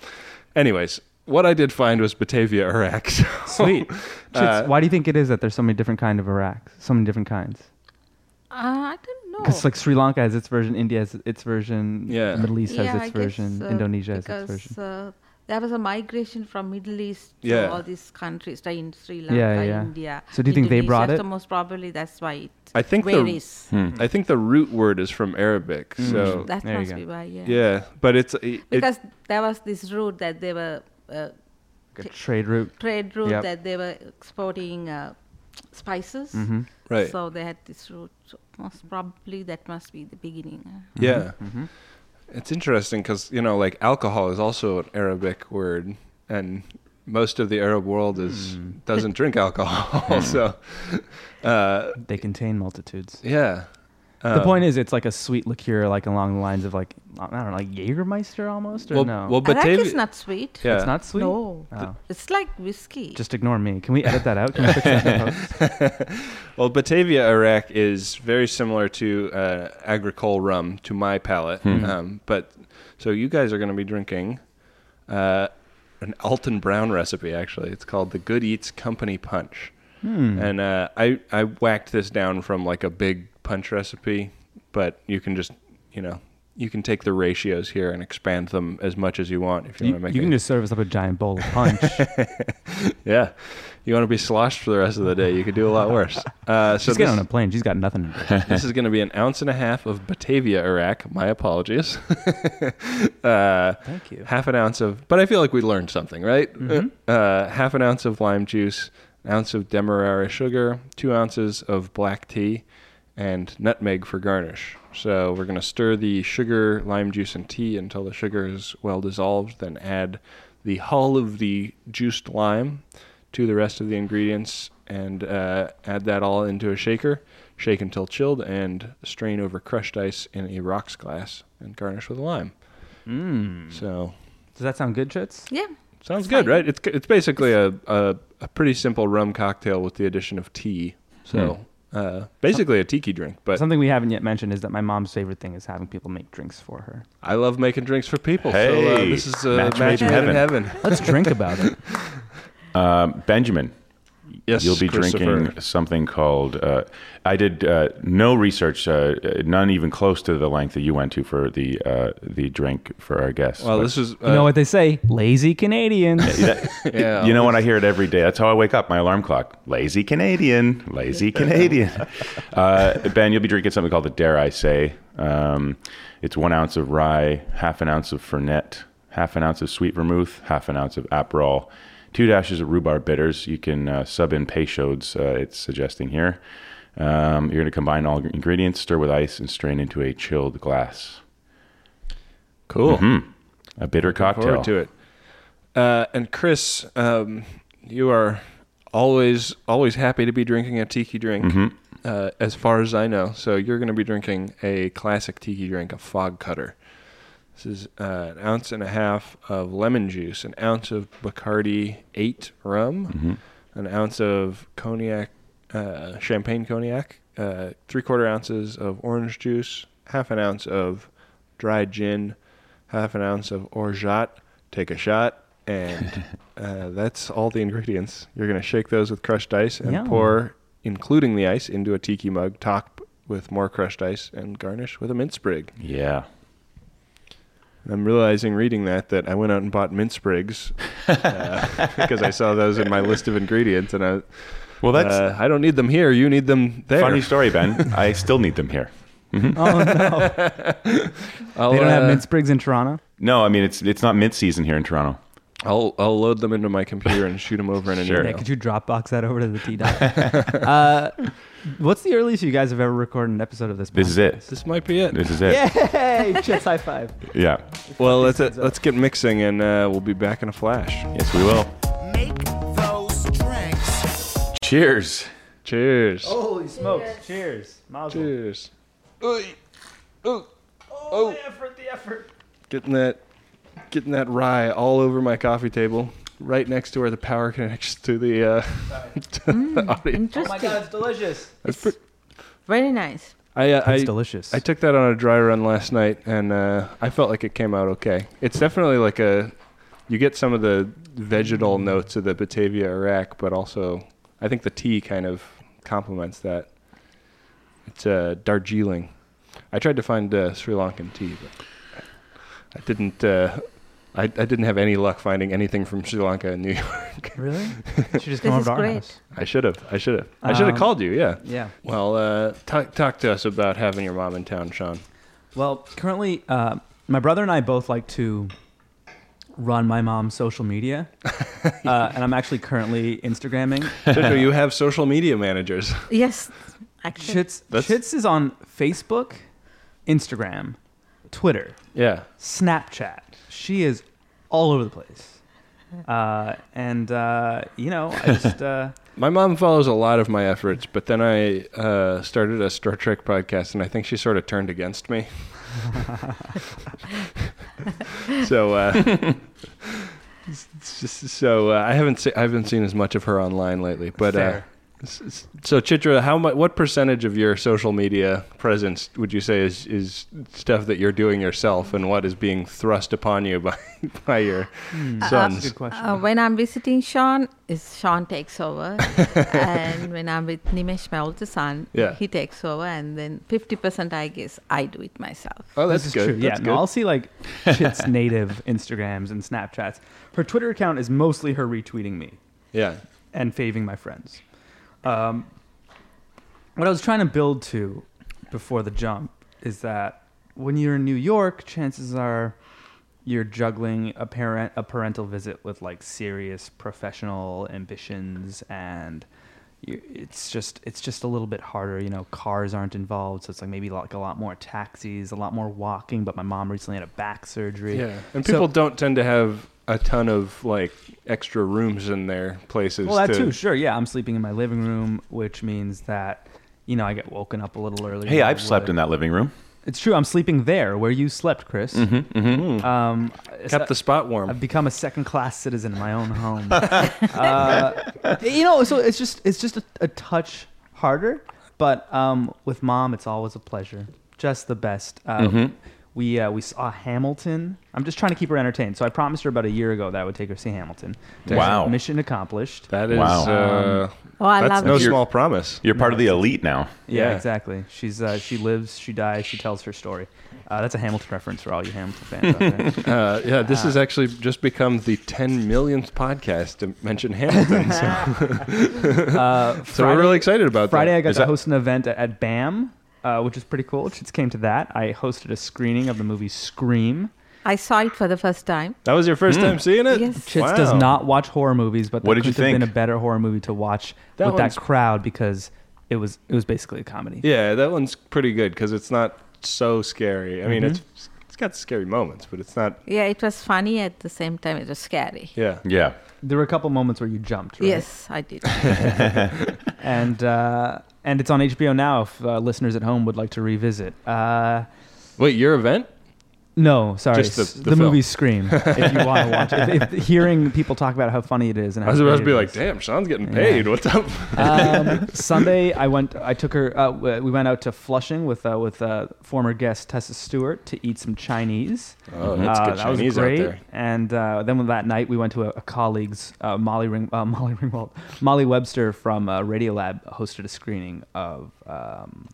[SPEAKER 2] anyways, what I did find was Batavia, Iraq. So,
[SPEAKER 4] Sweet.
[SPEAKER 2] uh,
[SPEAKER 4] Shits, why do you think it is that there's so many different kind of Iraq? So many different kinds.
[SPEAKER 5] Uh, I don't know.
[SPEAKER 4] Because like Sri Lanka has its version, India has its version,
[SPEAKER 2] Yeah.
[SPEAKER 4] Middle East has
[SPEAKER 5] Yeah,
[SPEAKER 4] its
[SPEAKER 5] I guess,
[SPEAKER 4] version,
[SPEAKER 5] uh,
[SPEAKER 4] Indonesia has its
[SPEAKER 5] because,
[SPEAKER 4] version.
[SPEAKER 5] Uh, there was a migration from Middle East to
[SPEAKER 2] Yeah.
[SPEAKER 5] all these countries, like in Sri Lanka,
[SPEAKER 4] yeah.
[SPEAKER 5] India.
[SPEAKER 4] So do you think they
[SPEAKER 5] Indonesia,
[SPEAKER 4] brought it?
[SPEAKER 5] So most probably that's why it
[SPEAKER 2] I think the- Hmm.
[SPEAKER 5] varies.
[SPEAKER 2] I think the root word is from Arabic.
[SPEAKER 4] Hmm.
[SPEAKER 2] So
[SPEAKER 5] that
[SPEAKER 4] There you
[SPEAKER 5] must
[SPEAKER 4] go.
[SPEAKER 5] be why, yeah.
[SPEAKER 2] yeah, but it's it,
[SPEAKER 5] Because there was this route that they were uh,
[SPEAKER 4] Like a trade route.
[SPEAKER 5] trade route
[SPEAKER 4] Yep.
[SPEAKER 5] that they were exporting uh, spices.
[SPEAKER 4] Mm-hmm.
[SPEAKER 2] Right.
[SPEAKER 5] So they had this route. So most probably that must be the beginning. uh.
[SPEAKER 2] Yeah. It's interesting because, you know, like alcohol is also an Arabic word, and most of the Arab world is doesn't drink alcohol. so, uh,
[SPEAKER 4] They contain multitudes.
[SPEAKER 2] yeah. Um,
[SPEAKER 4] the point is, it's like a sweet liqueur, like along the lines of like I don't know, like Jägermeister almost, or
[SPEAKER 2] Well,
[SPEAKER 4] no?
[SPEAKER 2] well,
[SPEAKER 5] Arak
[SPEAKER 2] Batavia.
[SPEAKER 5] is not sweet.
[SPEAKER 2] yeah.
[SPEAKER 4] it's not sweet.
[SPEAKER 5] No.
[SPEAKER 4] Oh.
[SPEAKER 5] It's like whiskey.
[SPEAKER 4] Just ignore me. Can we edit that out? Can we fix that in post?
[SPEAKER 2] Well, Batavia, Iraq is very similar to uh, Agricole rum to my palate.
[SPEAKER 4] Hmm.
[SPEAKER 2] Um, but so you guys are going to be drinking uh, an Alton Brown recipe, actually. It's called the Good Eats Company Punch.
[SPEAKER 4] Hmm.
[SPEAKER 2] And uh, I, I whacked this down from like a big punch recipe, but you can just, you know, you can take the ratios here and expand them as much as you want if you,
[SPEAKER 4] You,
[SPEAKER 2] want to make
[SPEAKER 4] you
[SPEAKER 2] it.
[SPEAKER 4] can just serve us up a giant bowl of punch.
[SPEAKER 2] yeah. You want to be sloshed for the rest of the day. You could do a lot worse. Uh, so
[SPEAKER 4] She's getting
[SPEAKER 2] this-
[SPEAKER 4] on a plane. She's got nothing. to do.
[SPEAKER 2] this is going to be an ounce and a half of Batavia, Iraq. My apologies. uh,
[SPEAKER 4] Thank you.
[SPEAKER 2] half an ounce of, but I feel like we learned something, right? Uh, half an ounce of lime juice, an ounce of demerara sugar, two ounces of black tea, and nutmeg for garnish. So we're going to stir the sugar, lime juice, and tea until the sugar is well dissolved. Then add the hull of the juiced lime to the rest of the ingredients and uh, add that all into a shaker. Shake until chilled and strain over crushed ice in a rocks glass and garnish with a lime. So
[SPEAKER 4] Does that sound good, Chits?
[SPEAKER 5] yeah.
[SPEAKER 2] sounds
[SPEAKER 5] It's
[SPEAKER 2] good,
[SPEAKER 5] fine.
[SPEAKER 2] right? It's it's basically a, a, a pretty simple rum cocktail with the addition of tea. So
[SPEAKER 3] Hmm.
[SPEAKER 2] uh, basically a tiki drink, but
[SPEAKER 4] Something we haven't yet mentioned is that my mom's favorite thing is having people make drinks for her.
[SPEAKER 2] I love making drinks for people. so uh,
[SPEAKER 3] Hey,
[SPEAKER 2] this is a match,
[SPEAKER 3] match made in
[SPEAKER 2] made in heaven.
[SPEAKER 4] Let's drink about it.
[SPEAKER 3] Um, Benjamin,
[SPEAKER 2] Yes,
[SPEAKER 3] you'll be
[SPEAKER 2] Christopher.
[SPEAKER 3] drinking something called. Uh, I did uh, no research, uh, none even close to the length that you went to for the uh, the drink for our guests.
[SPEAKER 2] Well,
[SPEAKER 3] But-
[SPEAKER 2] this is uh,
[SPEAKER 4] You know what they say? Lazy Canadians.
[SPEAKER 2] yeah,
[SPEAKER 3] you know what? I hear it every day. That's how I wake up. My alarm clock. Lazy Canadian. Lazy Canadian. uh, ben, you'll be drinking something called the Dare I Say. Um, it's one ounce of rye, half an ounce of Fernet, half an ounce of sweet vermouth, half an ounce of Aperol, two dashes of rhubarb bitters. You can uh, sub in Peychaud's, uh, it's suggesting here. Um, you're going to combine all ingredients, stir with ice, and strain into a chilled glass.
[SPEAKER 2] cool.
[SPEAKER 3] A bitter Mm-hmm. cocktail.
[SPEAKER 2] Forward to it. Uh, and Chris, um, you are always always happy to be drinking a tiki drink,
[SPEAKER 3] Mm-hmm.
[SPEAKER 2] uh, as far as I know. So you're going to be drinking a classic tiki drink, a fog cutter. This is uh, an ounce and a half of lemon juice, an ounce of Bacardi Eight rum, an ounce of cognac, uh, champagne cognac, uh, three quarter ounces of orange juice, half an ounce of dried gin, half an ounce of orgeat. Take a shot, and uh, that's all the ingredients. You're gonna shake those with crushed ice and
[SPEAKER 4] Yum.
[SPEAKER 2] pour, including the ice, into a tiki mug, topped with more crushed ice, and garnish with a mint sprig.
[SPEAKER 3] Yeah.
[SPEAKER 2] And I'm realizing reading that that I went out and bought mint sprigs uh, because I saw those in my list of ingredients, and I
[SPEAKER 3] Well, that's
[SPEAKER 2] uh, I don't need them here. You need them there.
[SPEAKER 3] funny story, Ben. I still need them here.
[SPEAKER 4] oh no!
[SPEAKER 2] I'll,
[SPEAKER 4] They don't have
[SPEAKER 2] uh,
[SPEAKER 4] mint sprigs in Toronto.
[SPEAKER 3] No, I mean it's it's not mint season here in Toronto.
[SPEAKER 2] I'll I'll load them into my computer and shoot them over in an
[SPEAKER 3] Sure.
[SPEAKER 4] Yeah,
[SPEAKER 2] email.
[SPEAKER 4] could you Dropbox that over to the T dot? uh, what's the earliest you guys have ever recorded an episode of this?
[SPEAKER 3] This is it.
[SPEAKER 2] This might be it.
[SPEAKER 3] This is it. Yeah.
[SPEAKER 4] Yay! Chits high five.
[SPEAKER 2] Well, let's uh, let's get mixing, and uh, we'll be back in a flash.
[SPEAKER 3] Yes, we will.
[SPEAKER 1] Make those drinks.
[SPEAKER 3] Cheers.
[SPEAKER 2] Cheers.
[SPEAKER 4] Holy smokes! Cheers. Mazel.
[SPEAKER 2] Cheers.
[SPEAKER 4] Oh, the effort, the effort.
[SPEAKER 2] Getting that getting that rye all over my coffee table, right next to where the power connects to the uh, to the audio.
[SPEAKER 5] Interesting.
[SPEAKER 4] Oh it's delicious.
[SPEAKER 2] That's pre-
[SPEAKER 5] Very nice.
[SPEAKER 2] I, uh,
[SPEAKER 4] It's
[SPEAKER 2] I-
[SPEAKER 4] delicious.
[SPEAKER 2] I took that on a dry run last night, and uh, I felt like it came out okay. It's definitely like a you get some of the vegetal notes of the Batavia Iraq, but also I think the tea kind of complements that. It's uh, Darjeeling. I tried to find uh, Sri Lankan tea, but I didn't. Uh, I, I didn't have any luck finding anything from Sri Lanka in New York.
[SPEAKER 4] really? She just
[SPEAKER 5] This
[SPEAKER 4] come over
[SPEAKER 5] is
[SPEAKER 4] to our
[SPEAKER 5] great.
[SPEAKER 4] house.
[SPEAKER 2] I should have. I should have. I should have
[SPEAKER 4] Um,
[SPEAKER 2] called you. Yeah.
[SPEAKER 4] Yeah.
[SPEAKER 2] Well, uh, talk talk to us about having your mom in town, Sean.
[SPEAKER 4] Well, currently, uh, my brother and I both like to run my mom's social media, uh, and I'm actually currently Instagramming.
[SPEAKER 2] Jojo, you have social media managers.
[SPEAKER 5] Yes, actually.
[SPEAKER 4] Chits
[SPEAKER 2] That's-
[SPEAKER 4] Chits is on Facebook, Instagram, Twitter,
[SPEAKER 2] Yeah.
[SPEAKER 4] Snapchat. She is all over the place, uh, and uh, you know, I just uh,
[SPEAKER 2] My mom follows a lot of my efforts, but then I uh, started a Star Trek podcast, and I think she sort of turned against me. so, uh, s- s- so uh, I haven't se- I haven't seen as much of her online lately. But uh,
[SPEAKER 4] Fair.
[SPEAKER 2] s- s- so, Chitra, how mu- what percentage of your social media presence would you say is is stuff that you're doing yourself, and what is being thrust upon you by by your
[SPEAKER 4] that's a
[SPEAKER 2] sons?
[SPEAKER 4] good question.
[SPEAKER 5] Uh, when I'm visiting Sean, is Sean takes over, and when I'm with Nimesh, my older son,
[SPEAKER 2] Yeah.
[SPEAKER 5] he takes over, and then fifty percent, I guess, I do it myself.
[SPEAKER 2] Oh,
[SPEAKER 4] This
[SPEAKER 2] that's
[SPEAKER 4] is
[SPEAKER 2] good.
[SPEAKER 4] true. yeah,
[SPEAKER 2] That's
[SPEAKER 4] no,
[SPEAKER 2] good.
[SPEAKER 4] I'll see like Chit's native Instagrams and Snapchats. Her Twitter account is mostly her retweeting me
[SPEAKER 2] yeah.
[SPEAKER 4] and faving my friends. Um, what I was trying to build to before the jump is that when you're in New York, chances are you're juggling a parent a parental visit with like serious professional ambitions and you, it's just it's just a little bit harder you know cars aren't involved so it's like maybe like a lot more taxis a lot more walking but my mom recently had a back surgery
[SPEAKER 2] Yeah, and
[SPEAKER 4] So-
[SPEAKER 2] people don't tend to have a ton of like extra rooms in their places.
[SPEAKER 4] Well, that
[SPEAKER 2] to-
[SPEAKER 4] too, sure. Yeah, I'm sleeping in my living room, which means that, you know, I get woken up a little early.
[SPEAKER 3] Hey, I've slept in
[SPEAKER 4] that.
[SPEAKER 3] that living room.
[SPEAKER 4] It's true. I'm sleeping there where you slept, Chris.
[SPEAKER 3] Mm-hmm,
[SPEAKER 4] Um,
[SPEAKER 2] Kept the spot warm.
[SPEAKER 4] I've become a second class citizen in my own home. uh, you know, so it's just it's just a, a touch harder, but um, with mom, it's always a pleasure. Just the best. Uh,
[SPEAKER 3] Mm-hmm.
[SPEAKER 4] We uh, we saw Hamilton. I'm just trying to keep her entertained. So I promised her about a year ago that I would take her to see Hamilton.
[SPEAKER 3] Wow.
[SPEAKER 4] mission accomplished.
[SPEAKER 2] that is
[SPEAKER 3] Wow.
[SPEAKER 2] uh,
[SPEAKER 5] Oh, I
[SPEAKER 2] that's
[SPEAKER 5] love
[SPEAKER 2] no
[SPEAKER 5] it.
[SPEAKER 2] small promise.
[SPEAKER 3] You're part of the elite now.
[SPEAKER 4] Yeah,
[SPEAKER 2] Yeah.
[SPEAKER 4] exactly. She's uh, she lives, she dies, she tells her story. Uh, that's a Hamilton reference for all you Hamilton fans out there.
[SPEAKER 2] Uh, yeah, this has actually just become the 10 millionth podcast to mention Hamilton. so
[SPEAKER 4] Uh,
[SPEAKER 2] so we're really excited about
[SPEAKER 4] Friday, I
[SPEAKER 2] that.
[SPEAKER 4] got
[SPEAKER 3] Is
[SPEAKER 4] to
[SPEAKER 3] that-
[SPEAKER 4] host an event at, at BAM, uh, which is pretty cool. It just came to that. I hosted a screening of the movie Scream.
[SPEAKER 5] I saw it for the first time.
[SPEAKER 2] That was your
[SPEAKER 4] Hmm.
[SPEAKER 2] first time seeing it.
[SPEAKER 5] Yes.
[SPEAKER 4] Chits
[SPEAKER 2] Wow.
[SPEAKER 4] does not watch horror movies, but
[SPEAKER 3] What
[SPEAKER 4] there
[SPEAKER 3] did you
[SPEAKER 4] couldn't have been
[SPEAKER 3] think?
[SPEAKER 4] a better horror movie to watch
[SPEAKER 2] That
[SPEAKER 4] with that
[SPEAKER 2] one's-
[SPEAKER 4] crowd because it was it was basically a comedy.
[SPEAKER 2] Yeah, that one's pretty good because it's not so scary. I mean,
[SPEAKER 4] Mm-hmm.
[SPEAKER 2] it's it's got scary moments, but it's not.
[SPEAKER 5] Yeah, it was funny at the same time. It was scary.
[SPEAKER 2] Yeah.
[SPEAKER 3] Yeah.
[SPEAKER 4] There were a couple moments where you jumped. Right?
[SPEAKER 5] Yes, I did.
[SPEAKER 4] and uh, and it's on HBO now. If uh, listeners at home would like to revisit. Uh,
[SPEAKER 2] Wait, your event?
[SPEAKER 4] No, sorry.
[SPEAKER 2] Just the-
[SPEAKER 4] s-
[SPEAKER 2] the
[SPEAKER 4] the
[SPEAKER 2] film.
[SPEAKER 4] movie Scream. If you want to watch it, If- if hearing people talk about how funny it is, and
[SPEAKER 2] I
[SPEAKER 4] how
[SPEAKER 2] was about to
[SPEAKER 4] great
[SPEAKER 2] be
[SPEAKER 4] it
[SPEAKER 2] like,
[SPEAKER 4] is.
[SPEAKER 2] damn, Sean's getting paid. What's up?
[SPEAKER 4] Um, Sunday, I went. I took her. Uh, w- we went out to Flushing with uh, with uh, former guest Tessa Stewart to eat some Chinese.
[SPEAKER 2] Oh, that's
[SPEAKER 4] Uh,
[SPEAKER 2] good
[SPEAKER 4] that
[SPEAKER 2] Chinese
[SPEAKER 4] was
[SPEAKER 2] out
[SPEAKER 4] great.
[SPEAKER 2] there.
[SPEAKER 4] And uh, then that night, we went to a, a colleague's uh, Molly Ring, uh, Molly Ringwald, Molly Webster from uh, Radiolab hosted a screening of um,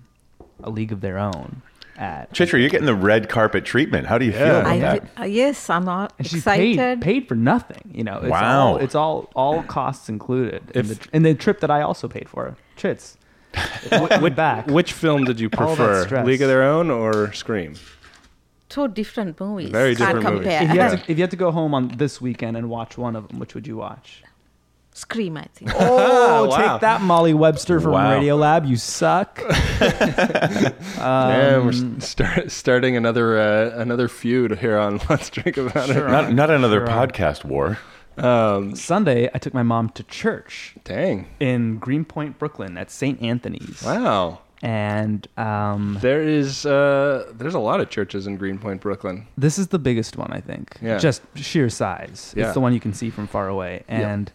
[SPEAKER 4] A League of Their Own at.
[SPEAKER 3] Chitra, you're getting the red carpet treatment. How do you feel
[SPEAKER 2] Yeah.
[SPEAKER 3] about
[SPEAKER 5] I
[SPEAKER 3] that?
[SPEAKER 5] did, uh, yes, I'm all
[SPEAKER 4] And she's
[SPEAKER 5] excited.
[SPEAKER 4] paid, paid for nothing. You know, it's
[SPEAKER 3] Wow.
[SPEAKER 4] all it's all all costs included. in,
[SPEAKER 2] If-
[SPEAKER 4] the, in the trip that I also paid for, chits, went back.
[SPEAKER 2] Which film did you
[SPEAKER 4] All that
[SPEAKER 2] prefer,
[SPEAKER 4] stress.
[SPEAKER 2] League of Their Own or Scream?
[SPEAKER 5] Two different movies.
[SPEAKER 2] Very different
[SPEAKER 5] Can't
[SPEAKER 2] movies.
[SPEAKER 5] compare.
[SPEAKER 4] if you, had
[SPEAKER 2] Yeah.
[SPEAKER 4] to, if you had to go home on this weekend and watch one of them, which would you watch?
[SPEAKER 5] Scream, I think.
[SPEAKER 4] Oh,
[SPEAKER 2] wow.
[SPEAKER 4] take that, Molly Webster from
[SPEAKER 3] Wow.
[SPEAKER 4] Radiolab. You suck.
[SPEAKER 2] yeah,
[SPEAKER 4] Um,
[SPEAKER 2] we're s- start, starting another uh, another feud here on Let's Drink About
[SPEAKER 3] Not, not another
[SPEAKER 4] Sure.
[SPEAKER 3] podcast war.
[SPEAKER 2] It. Um,
[SPEAKER 4] Sunday, I took my mom to church
[SPEAKER 2] dang!
[SPEAKER 4] in Greenpoint, Brooklyn, at St. Anthony's,
[SPEAKER 2] Wow,
[SPEAKER 4] and um,
[SPEAKER 2] there is uh, there's a lot of churches in Greenpoint, Brooklyn.
[SPEAKER 4] This is the biggest one, I think.
[SPEAKER 2] Yeah.
[SPEAKER 4] Just sheer size.
[SPEAKER 2] Yeah.
[SPEAKER 4] It's the one you can see from far away. And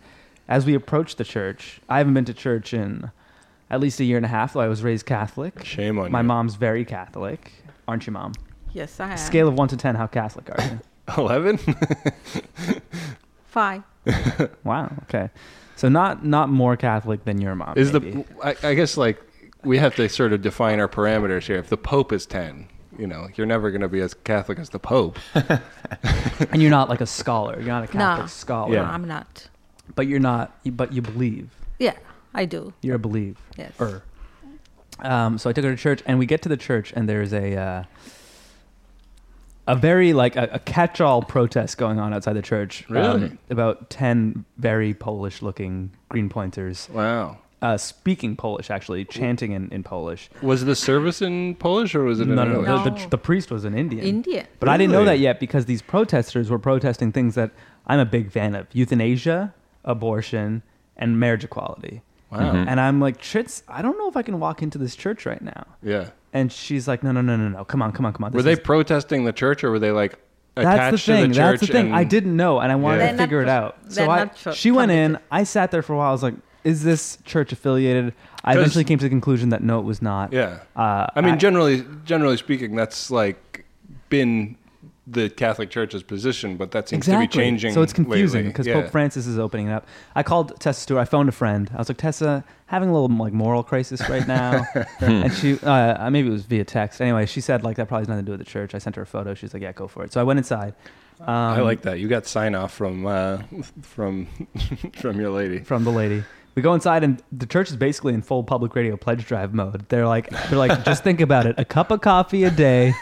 [SPEAKER 4] as we approach the church, I haven't been to church in at least a year and a half, though I was raised Catholic.
[SPEAKER 2] Shame on
[SPEAKER 4] My
[SPEAKER 2] you.
[SPEAKER 4] mom's very Catholic. Aren't you, mom?
[SPEAKER 5] Yes, I am.
[SPEAKER 4] Scale of one to 10, how Catholic are you?
[SPEAKER 2] Eleven.
[SPEAKER 5] Five.
[SPEAKER 4] wow. Okay. So not not more Catholic than your mom.
[SPEAKER 2] Is
[SPEAKER 4] maybe.
[SPEAKER 2] the I, I guess like we have to sort of define our parameters here. If the Pope is ten, you know, you're never going to be as Catholic as the Pope.
[SPEAKER 4] and you're not like a scholar. You're not a Catholic
[SPEAKER 5] No.
[SPEAKER 4] scholar.
[SPEAKER 5] No, I'm not.
[SPEAKER 4] But you're not. But you believe.
[SPEAKER 5] Yeah, I do.
[SPEAKER 4] You're a believer. Er.
[SPEAKER 5] Yes.
[SPEAKER 4] Um, so I took her to church, and we get to the church, and there's a uh, a very like a, a catch-all protest going on outside the church. um,
[SPEAKER 2] Really?
[SPEAKER 4] about ten very Polish-looking green pointers,
[SPEAKER 2] Wow.
[SPEAKER 4] uh, speaking Polish actually, chanting in, in Polish.
[SPEAKER 2] Was the service in Polish or was it in
[SPEAKER 4] No, no,
[SPEAKER 2] English?
[SPEAKER 4] no. The,
[SPEAKER 5] No.
[SPEAKER 4] the, the priest was an Indian.
[SPEAKER 5] Indian.
[SPEAKER 4] But I didn't know
[SPEAKER 2] Really?
[SPEAKER 4] that yet because these protesters were protesting things that I'm a big fan of: euthanasia, abortion, and marriage equality.
[SPEAKER 2] Wow.
[SPEAKER 4] And I'm like, Chits, I don't know if I can walk into this church right now.
[SPEAKER 2] Yeah.
[SPEAKER 4] And she's like, no, no, no, no, no. Come on, come on, come on.
[SPEAKER 2] Were
[SPEAKER 4] This
[SPEAKER 2] they
[SPEAKER 4] is-
[SPEAKER 2] protesting the church or were they like
[SPEAKER 4] that's the
[SPEAKER 2] attached
[SPEAKER 4] thing.
[SPEAKER 2] to the church?
[SPEAKER 4] that's the thing.
[SPEAKER 2] and-
[SPEAKER 4] I didn't know, and I
[SPEAKER 2] Yeah.
[SPEAKER 4] wanted to
[SPEAKER 5] They're not
[SPEAKER 4] figure it
[SPEAKER 5] pro-
[SPEAKER 4] out. So
[SPEAKER 5] they're
[SPEAKER 4] I,
[SPEAKER 5] not pro-
[SPEAKER 4] she went in.
[SPEAKER 5] committed.
[SPEAKER 4] I sat there for a while. I was like, is this church affiliated? I
[SPEAKER 2] 'Cause-
[SPEAKER 4] eventually came to the conclusion that no, it was not.
[SPEAKER 2] Yeah.
[SPEAKER 4] Uh,
[SPEAKER 2] I mean,
[SPEAKER 4] I-
[SPEAKER 2] generally, generally speaking, that's like been the Catholic Church's position, but that seems
[SPEAKER 4] exactly.
[SPEAKER 2] to be changing.
[SPEAKER 4] So it's confusing
[SPEAKER 2] lately.
[SPEAKER 4] because
[SPEAKER 2] yeah.
[SPEAKER 4] Pope Francis is opening it up. I called Tessa Stewart. I phoned a friend. I was like, Tessa, having a little like moral crisis right now,
[SPEAKER 2] Hmm.
[SPEAKER 4] and she uh, maybe it was via text. Anyway, she said like that probably has nothing to do with the church. I sent her a photo. She's like, yeah, go for it. So I went inside. Um,
[SPEAKER 2] I like that. You got sign off from uh, from from your lady.
[SPEAKER 4] from the lady. We go inside and the church is basically in full public radio pledge drive mode. They're like, they're like, just think about it. A cup of coffee a day.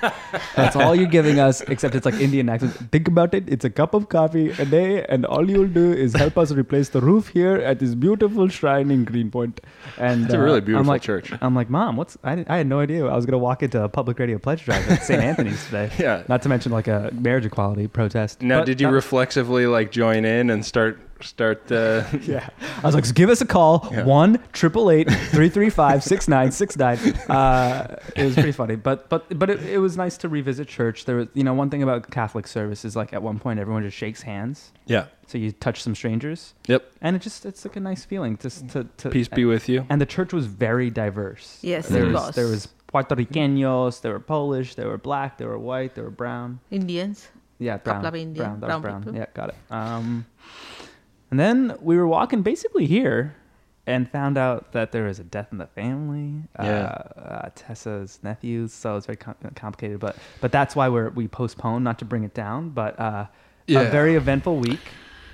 [SPEAKER 4] That's all you're giving us, except it's like Indian accent. Think about it. It's a cup of coffee a day, and all you'll do is help us replace the roof here at this beautiful shrine in Greenpoint. And uh,
[SPEAKER 2] It's a really
[SPEAKER 4] I'm
[SPEAKER 2] beautiful
[SPEAKER 4] like,
[SPEAKER 2] church.
[SPEAKER 4] I'm like, mom, what's? I, didn't- I had no idea I was gonna walk into a public radio pledge drive at St. Anthony's today.
[SPEAKER 2] Yeah.
[SPEAKER 4] Not to mention like a marriage equality protest.
[SPEAKER 2] Now,
[SPEAKER 4] But
[SPEAKER 2] did you
[SPEAKER 4] that-
[SPEAKER 2] reflexively like join in and start start? Uh,
[SPEAKER 4] Yeah. I was like, give us a call,
[SPEAKER 2] Yeah.
[SPEAKER 4] 1 888 335 6969. Uh, It was pretty funny. But but but it, it was nice to revisit church. There was, you know, one thing about Catholic service is like at one point everyone just shakes hands.
[SPEAKER 2] yeah.
[SPEAKER 4] So you touch some strangers.
[SPEAKER 2] Yep.
[SPEAKER 4] And it just, it's like a nice feeling just to. to
[SPEAKER 2] Peace be with you.
[SPEAKER 4] And the church was very diverse.
[SPEAKER 5] Yes,
[SPEAKER 4] There
[SPEAKER 5] it
[SPEAKER 4] was,
[SPEAKER 5] was.
[SPEAKER 4] there was Puerto Ricanos, there were Polish, there were black, there were white, there were brown.
[SPEAKER 5] Indians.
[SPEAKER 4] Yeah, brown.
[SPEAKER 5] Couple of Indian-
[SPEAKER 4] brown. That was
[SPEAKER 5] brown
[SPEAKER 4] brown.
[SPEAKER 5] people.
[SPEAKER 4] Yeah, got it. Um, and then we were walking basically here and found out that there was a death in the family. Uh,
[SPEAKER 2] Yeah.
[SPEAKER 4] uh, Tessa's nephews, so it's very com- complicated. But but that's why we're we postponed not to bring it down. But uh, a
[SPEAKER 2] Yeah.
[SPEAKER 4] very eventful week.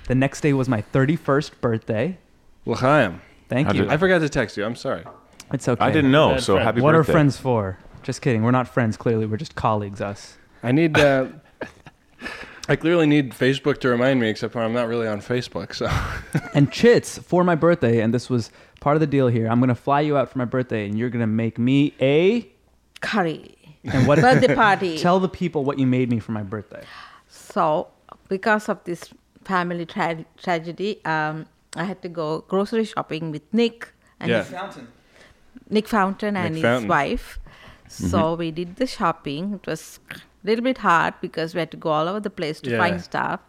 [SPEAKER 4] The next day was my thirty first birthday.
[SPEAKER 2] L'chaim.
[SPEAKER 4] Thank
[SPEAKER 3] How
[SPEAKER 4] you.
[SPEAKER 3] did-
[SPEAKER 2] I forgot to text you. I'm sorry.
[SPEAKER 4] it's okay.
[SPEAKER 3] I didn't know.
[SPEAKER 2] Bad
[SPEAKER 3] So
[SPEAKER 2] friend.
[SPEAKER 3] happy
[SPEAKER 4] What
[SPEAKER 3] birthday.
[SPEAKER 4] are friends for? Just kidding. We're not friends. Clearly, we're just colleagues. Us.
[SPEAKER 2] I need. Uh, I clearly need Facebook to remind me, except when I'm not really on Facebook. So
[SPEAKER 4] And Chits, for my birthday, and this was part of the deal here, I'm going to fly you out for my birthday, and you're going to make me a.
[SPEAKER 5] Curry.
[SPEAKER 4] And what?
[SPEAKER 5] Birthday party.
[SPEAKER 4] tell the people what you made me for my birthday.
[SPEAKER 5] So, because of this family tra- tragedy, um, I had to go grocery shopping with Nick and
[SPEAKER 2] Yeah.
[SPEAKER 5] his Nick Fountain and
[SPEAKER 2] Nick
[SPEAKER 5] his
[SPEAKER 2] Fountain. Mm-hmm.
[SPEAKER 5] wife. So we did the shopping. It was a little bit hard because we had to go all over the place to
[SPEAKER 2] Yeah.
[SPEAKER 5] find stuff.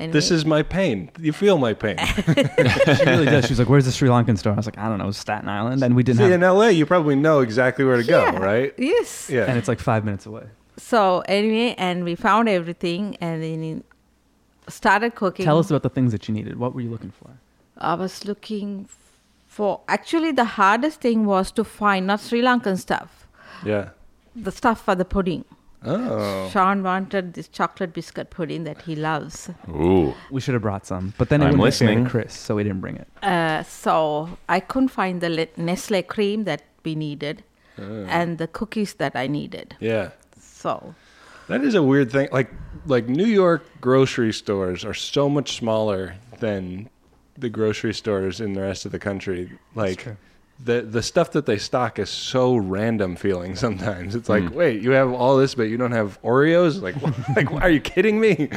[SPEAKER 5] And
[SPEAKER 2] this is my pain. You feel my pain.
[SPEAKER 4] She really does. She was like, "Where's the Sri Lankan store?" I was like, "I don't know, Staten Island," and we didn't
[SPEAKER 2] See, in
[SPEAKER 4] have.
[SPEAKER 2] LA, you probably know exactly where to go, right?
[SPEAKER 5] Yes.
[SPEAKER 2] Yeah.
[SPEAKER 4] And it's like five minutes away.
[SPEAKER 5] So anyway, and we found everything, and then in- started cooking.
[SPEAKER 4] Tell us about the things that you needed. What were you looking for?
[SPEAKER 5] I was looking for actually the hardest thing was to find not Sri Lankan stuff,
[SPEAKER 2] yeah.
[SPEAKER 5] the stuff for the pudding.
[SPEAKER 2] Oh.
[SPEAKER 5] Sean wanted this chocolate biscuit pudding that he loves.
[SPEAKER 3] Ooh,
[SPEAKER 4] We should have brought some, but then it
[SPEAKER 3] I'm
[SPEAKER 4] wouldn't be fair to
[SPEAKER 3] listening.
[SPEAKER 4] Chris, so we didn't bring it.
[SPEAKER 5] Uh, so I couldn't find the le- Nestle cream that we needed
[SPEAKER 2] Oh.
[SPEAKER 5] and the cookies that I needed.
[SPEAKER 2] Yeah.
[SPEAKER 5] So
[SPEAKER 2] That is a weird thing. Like like New York grocery stores are so much smaller than the grocery stores in the rest of the country. Like
[SPEAKER 4] true.
[SPEAKER 2] the the stuff that they stock is so random feeling sometimes. It's like, wait, you have all this but you don't have Oreos? Like wh- like are you kidding me?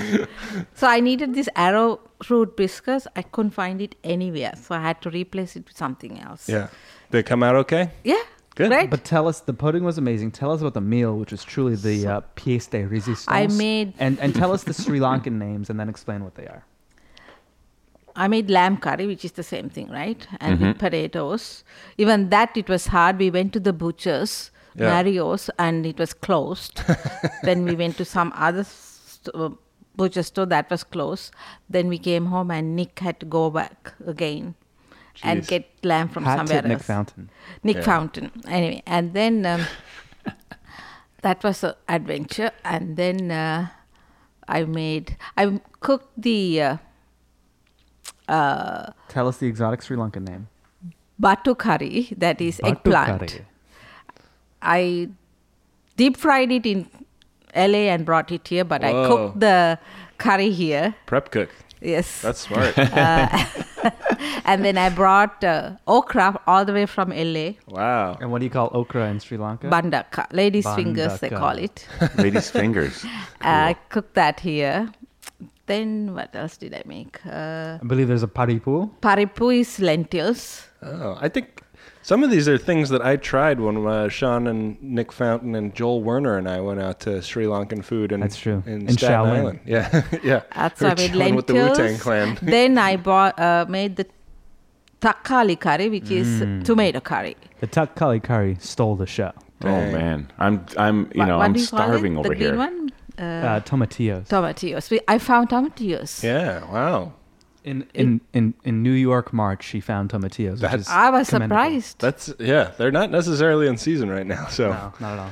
[SPEAKER 5] so I needed this arrowroot biscuits. I couldn't find it anywhere. So I had to replace it with something else.
[SPEAKER 2] Yeah. They come out okay?
[SPEAKER 5] Yeah.
[SPEAKER 2] Good.
[SPEAKER 5] Right?
[SPEAKER 4] But tell us, the pudding was amazing. Tell us about the meal, which was truly the uh, pièce de résistance.
[SPEAKER 5] made-
[SPEAKER 4] and and tell us the Sri Lankan names, and then explain what they are.
[SPEAKER 5] I made lamb curry, which is the same thing, right? And
[SPEAKER 2] Mm-hmm.
[SPEAKER 5] with potatoes. Even that, it was hard. We went to the butcher's,
[SPEAKER 2] Yeah.
[SPEAKER 5] Mario's, and it was closed. then we went to some other st- uh, butcher store that was closed. Then we came home, and Nick had to go back again and
[SPEAKER 2] Jeez.
[SPEAKER 5] get lamb from
[SPEAKER 4] Hat
[SPEAKER 5] somewhere
[SPEAKER 4] tip Nick
[SPEAKER 5] else.
[SPEAKER 4] Fountain.
[SPEAKER 5] Nick Fountain. Anyway, and then um, that was an adventure. And then uh, I made, I cooked the uh,
[SPEAKER 4] Tell us the exotic Sri Lankan name.
[SPEAKER 5] batu curry, that is eggplant.
[SPEAKER 4] Batu curry.
[SPEAKER 5] I deep fried it in LA and brought it here, but I cooked
[SPEAKER 2] Whoa.
[SPEAKER 5] the curry here.
[SPEAKER 2] Prep cook.
[SPEAKER 5] Yes.
[SPEAKER 2] That's smart.
[SPEAKER 5] and then I brought uh, okra all the way from LA.
[SPEAKER 2] wow.
[SPEAKER 4] And what do you call okra in Sri Lanka?
[SPEAKER 5] Bandaka, ladies' fingers, they
[SPEAKER 4] Bandaka.
[SPEAKER 5] call it.
[SPEAKER 3] Ladies' fingers.
[SPEAKER 5] I cooked that here. Then what else did I make? Uh,
[SPEAKER 4] I believe there's a paripu.
[SPEAKER 5] paripu is lentils.
[SPEAKER 2] Oh, I think some of these are things that I tried when uh, Sean and Nick Fountain and Joel Werner and I went out to Sri Lankan food. And
[SPEAKER 4] That's true.
[SPEAKER 2] In,
[SPEAKER 4] In
[SPEAKER 2] Staten
[SPEAKER 4] Shaolin.
[SPEAKER 2] Island. Yeah, yeah.
[SPEAKER 5] That's
[SPEAKER 2] We were
[SPEAKER 5] why I made
[SPEAKER 2] chilling
[SPEAKER 5] lentils.
[SPEAKER 2] with the Wu Tang Clan.
[SPEAKER 5] then I bought, uh, made the takali curry, which is tomato curry.
[SPEAKER 4] The Tuck Kali curry stole the show.
[SPEAKER 3] Oh
[SPEAKER 2] Dang.
[SPEAKER 3] man, I'm I'm you
[SPEAKER 5] Wha-
[SPEAKER 3] know
[SPEAKER 5] what
[SPEAKER 3] I'm
[SPEAKER 5] do you call it?
[SPEAKER 3] starving over
[SPEAKER 5] the green
[SPEAKER 3] here.
[SPEAKER 5] one? Uh,
[SPEAKER 4] Uh, tomatillos.
[SPEAKER 5] tomatillos. We, I found tomatillos.
[SPEAKER 2] Yeah. Wow.
[SPEAKER 4] in, in in in New York, March, she found tomatillos. Which
[SPEAKER 2] That's-
[SPEAKER 4] is
[SPEAKER 5] I was
[SPEAKER 4] commendable.
[SPEAKER 5] surprised.
[SPEAKER 2] That's yeah. They're not necessarily in season right now, so
[SPEAKER 4] No, not at all.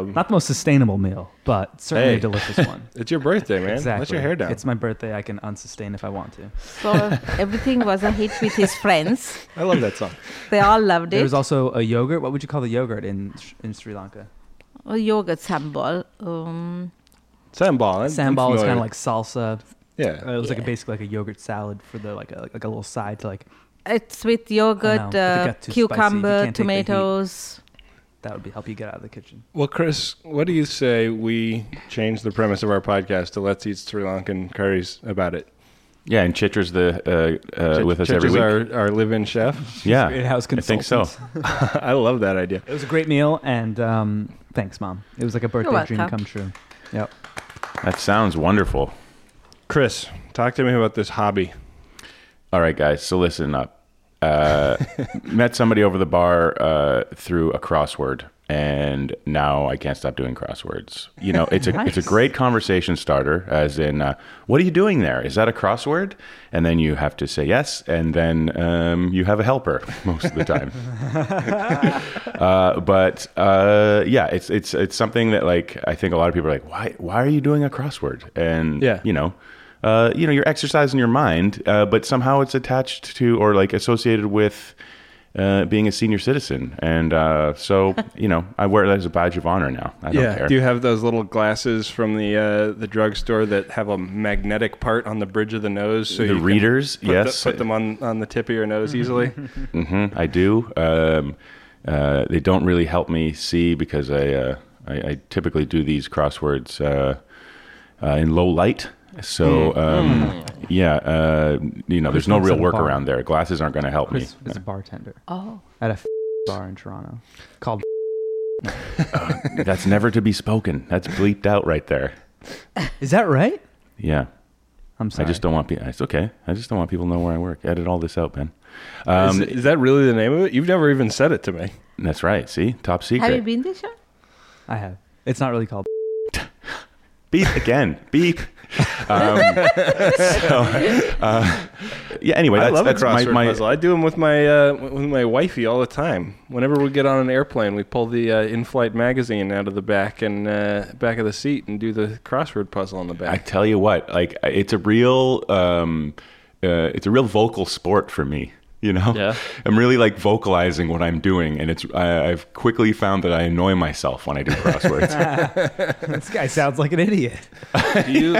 [SPEAKER 2] um,
[SPEAKER 4] Not the most sustainable meal, but certainly
[SPEAKER 2] Hey.
[SPEAKER 4] a delicious one.
[SPEAKER 2] it's your birthday, man.
[SPEAKER 4] exactly.
[SPEAKER 2] Let your hair down.
[SPEAKER 4] It's my birthday. I can unsustain if I want to.
[SPEAKER 5] so everything was a hit with his friends.
[SPEAKER 2] I love that song.
[SPEAKER 5] They all loved
[SPEAKER 4] There's
[SPEAKER 5] it.
[SPEAKER 4] also a yogurt. What would you call the yogurt in Sh- in Sri Lanka?
[SPEAKER 5] Oh, yogurt sambal. Um,
[SPEAKER 2] Sambal. I'm- I'm
[SPEAKER 4] Sambal is
[SPEAKER 2] familiar.
[SPEAKER 4] kind of like salsa. Uh,
[SPEAKER 2] yeah.
[SPEAKER 4] it was like a
[SPEAKER 5] Yeah.
[SPEAKER 4] basically like a yogurt salad for the like a like a little side to like
[SPEAKER 5] it's with yogurt,
[SPEAKER 4] know, if it
[SPEAKER 5] uh,
[SPEAKER 4] got too spicy, you
[SPEAKER 5] cucumber,
[SPEAKER 4] can't take the heat.
[SPEAKER 5] tomatoes.
[SPEAKER 4] that would be help you get out of the kitchen.
[SPEAKER 2] Well, Chris, what do you say we change the premise of our podcast to "Let's Eat Sri Lankan Curries" about it?
[SPEAKER 3] Yeah, and Chitra's the uh, uh,
[SPEAKER 2] Chit-
[SPEAKER 3] with us
[SPEAKER 2] Chitch
[SPEAKER 3] every
[SPEAKER 2] is
[SPEAKER 3] week.
[SPEAKER 2] Our, our live-in chef.
[SPEAKER 3] yeah,
[SPEAKER 4] In-house
[SPEAKER 3] Ah, I think so.
[SPEAKER 4] consultant.
[SPEAKER 2] I love that idea.
[SPEAKER 4] It was a great meal, and um, thanks, mom. It was like a birthday dream
[SPEAKER 5] welcome.
[SPEAKER 4] come true. Yep.
[SPEAKER 3] That sounds wonderful.
[SPEAKER 2] Chris, talk to me about this hobby.
[SPEAKER 3] All right, guys, so listen up. Uh, met somebody over the bar uh, through a crossword, and now I can't stop doing crosswords. You know, it's a it's a great conversation starter, as in, uh, what are you doing there? Is that a crossword? And then you have to say yes, and then um, you have a helper most of the time. Uh, but uh, yeah, it's it's it's something that like I think a lot of people are like, why why are you doing a crossword? And
[SPEAKER 2] Yeah.
[SPEAKER 3] you know, uh, you know, you're exercising your mind, uh, but somehow it's attached to or like associated with. Uh, being a senior citizen, and uh, so you know, I wear that as a badge of honor now. I don't care.
[SPEAKER 2] Do you have those little glasses from the uh, the drugstore that have a magnetic part on the bridge of the nose? So
[SPEAKER 3] The
[SPEAKER 2] can
[SPEAKER 3] readers,
[SPEAKER 2] put the-
[SPEAKER 3] yes.
[SPEAKER 2] put them on on the tip of your nose easily.
[SPEAKER 3] Mhm, I do. Um, uh, they don't really help me see because I uh, I, I typically do these crosswords uh, uh, in low light. So
[SPEAKER 5] Hmm.
[SPEAKER 3] um, yeah, uh, you know, there's no
[SPEAKER 4] works
[SPEAKER 3] real
[SPEAKER 4] at a bar.
[SPEAKER 3] workaround there. Glasses aren't going to help
[SPEAKER 4] Chris
[SPEAKER 3] me.
[SPEAKER 4] is a bartender
[SPEAKER 5] Oh,
[SPEAKER 4] at a f- bar in Toronto called.
[SPEAKER 3] That's never to be spoken. That's bleeped out right there.
[SPEAKER 4] Is that right?
[SPEAKER 3] Yeah,
[SPEAKER 4] I'm
[SPEAKER 3] I
[SPEAKER 4] sorry.
[SPEAKER 3] just don't want people. It's okay. I just don't want people to know where I work. Edit all this out, Ben.
[SPEAKER 2] is,
[SPEAKER 3] Um,
[SPEAKER 2] is that really the name of it? You've never even said it to me.
[SPEAKER 3] that's right. See, top
[SPEAKER 5] have you
[SPEAKER 3] secret.
[SPEAKER 5] been there, Sean?
[SPEAKER 4] I have. It's not really called.
[SPEAKER 3] beep again. Beep. Um, so, uh, yeah. Anyway,
[SPEAKER 2] I
[SPEAKER 3] that's,
[SPEAKER 2] love a
[SPEAKER 3] that's my,
[SPEAKER 2] crossword
[SPEAKER 3] my
[SPEAKER 2] puzzle. I do them with my uh, with my wifey all the time. Whenever we get on an airplane, we pull the uh, in-flight magazine out of the back and uh, back of the seat and do the crossword puzzle on the
[SPEAKER 3] I
[SPEAKER 2] back.
[SPEAKER 3] tell you what, like it's a real, um, uh, it's a real vocal sport for me. You know,
[SPEAKER 2] Yeah.
[SPEAKER 3] I'm really like vocalizing what I'm doing, and it's I, I've quickly found that I annoy myself when I do crosswords.
[SPEAKER 4] this guy sounds like an idiot.
[SPEAKER 2] do you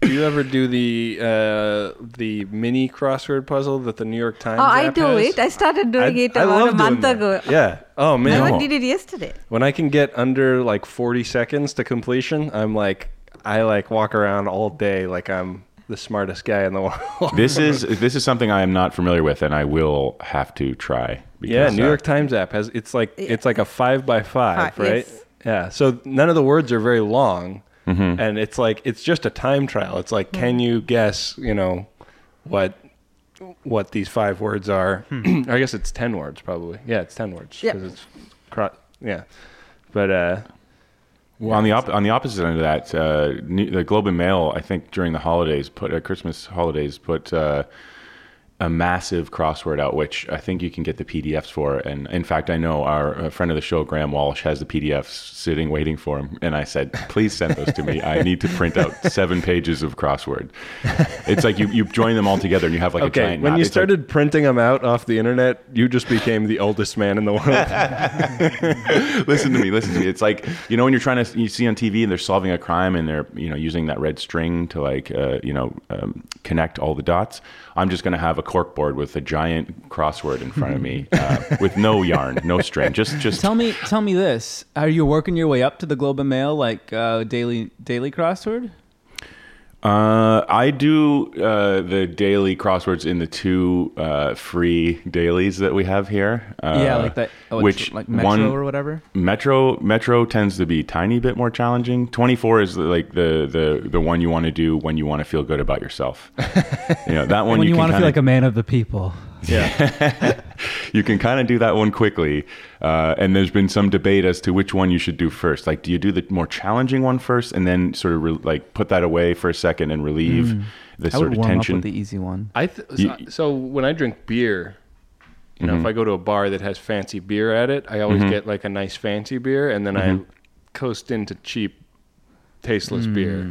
[SPEAKER 2] do you ever do the uh, the mini crossword puzzle that the New York Times?
[SPEAKER 5] Oh, I
[SPEAKER 2] app
[SPEAKER 5] do
[SPEAKER 2] has?
[SPEAKER 5] it. I started doing it
[SPEAKER 2] I
[SPEAKER 5] about
[SPEAKER 2] love
[SPEAKER 5] a month
[SPEAKER 2] doing
[SPEAKER 5] ago.
[SPEAKER 2] that. Yeah. Oh man.
[SPEAKER 5] I
[SPEAKER 3] No.
[SPEAKER 5] did it yesterday.
[SPEAKER 2] When I can get under like 40 seconds to completion, I'm like, I like walk around all day like I'm the smartest guy in the world.
[SPEAKER 3] this is this is something I am not familiar with, and I will have to try.
[SPEAKER 2] yeah, New
[SPEAKER 3] uh,
[SPEAKER 2] York Times app has it's like it's like a five by five,
[SPEAKER 5] Fi-
[SPEAKER 2] right?
[SPEAKER 5] yes.
[SPEAKER 2] Yeah. So none of the words are very
[SPEAKER 3] Mm-hmm.
[SPEAKER 5] Hmm.
[SPEAKER 2] long, and it's like it's just a time trial. It's like, can you guess? You know, what what these five words are.
[SPEAKER 3] Hmm.
[SPEAKER 2] or I guess it's ten words probably. Yeah, it's ten words
[SPEAKER 5] Yeah.
[SPEAKER 2] 'cause it's cro- yeah. But uh,
[SPEAKER 3] Well, on the op- on the opposite end of that, uh, New- the Globe and Mail, I think during the holidays, put uh, Christmas holidays, put uh, a massive crossword out, which I think you can get the PDFs for. And in fact, I know our uh, friend of the show, Graham Walsh, has the PDFs sitting waiting for him. And I said, please send those to me. I need to print out seven pages of crossword. It's like you, you join them all together and you have like a
[SPEAKER 2] okay,
[SPEAKER 3] giant.
[SPEAKER 2] when
[SPEAKER 3] map.
[SPEAKER 2] you
[SPEAKER 3] It's like-
[SPEAKER 2] started printing them out off the internet, you just became the oldest man in the world.
[SPEAKER 3] listen to me, listen to me. It's like you know when you're trying to you see on TV and they're solving a crime and they're you know using that red string to like uh, you know um, connect all the dots. I'm just going to have a cork board with a giant crossword in front of me uh, with no yarn, no string, just just
[SPEAKER 4] Tell me, tell me this: Are you working your way up to the Globe and Mail like uh, daily daily crossword?
[SPEAKER 3] Uh, I do uh, the daily crosswords in the two uh, free dailies that we have here. Uh,
[SPEAKER 4] yeah, like that, oh, it's
[SPEAKER 3] which
[SPEAKER 4] like Metro
[SPEAKER 3] one,
[SPEAKER 4] or whatever.
[SPEAKER 3] Metro Metro tends to be tiny bit more challenging. Twenty four is like the the the one you want to do when you want to feel good about yourself. you know that one
[SPEAKER 6] when you,
[SPEAKER 3] can
[SPEAKER 6] want to feel
[SPEAKER 3] kinda-
[SPEAKER 6] like a man of the people.
[SPEAKER 3] you can kind of do that one quickly. Uh, and there's been some debate as to which one you should do first. Like, do you do the more challenging one first, and then sort of re- like put that away for a second and relieve the
[SPEAKER 4] Mm. I
[SPEAKER 3] sort
[SPEAKER 4] would
[SPEAKER 3] of
[SPEAKER 4] warm
[SPEAKER 3] tension?
[SPEAKER 4] up with the easy one.
[SPEAKER 2] I th- so-
[SPEAKER 3] You-
[SPEAKER 2] so when I drink beer, you know, if I go to a bar that has fancy beer at it, I always get like a nice fancy beer, and then I coast into cheap, tasteless beer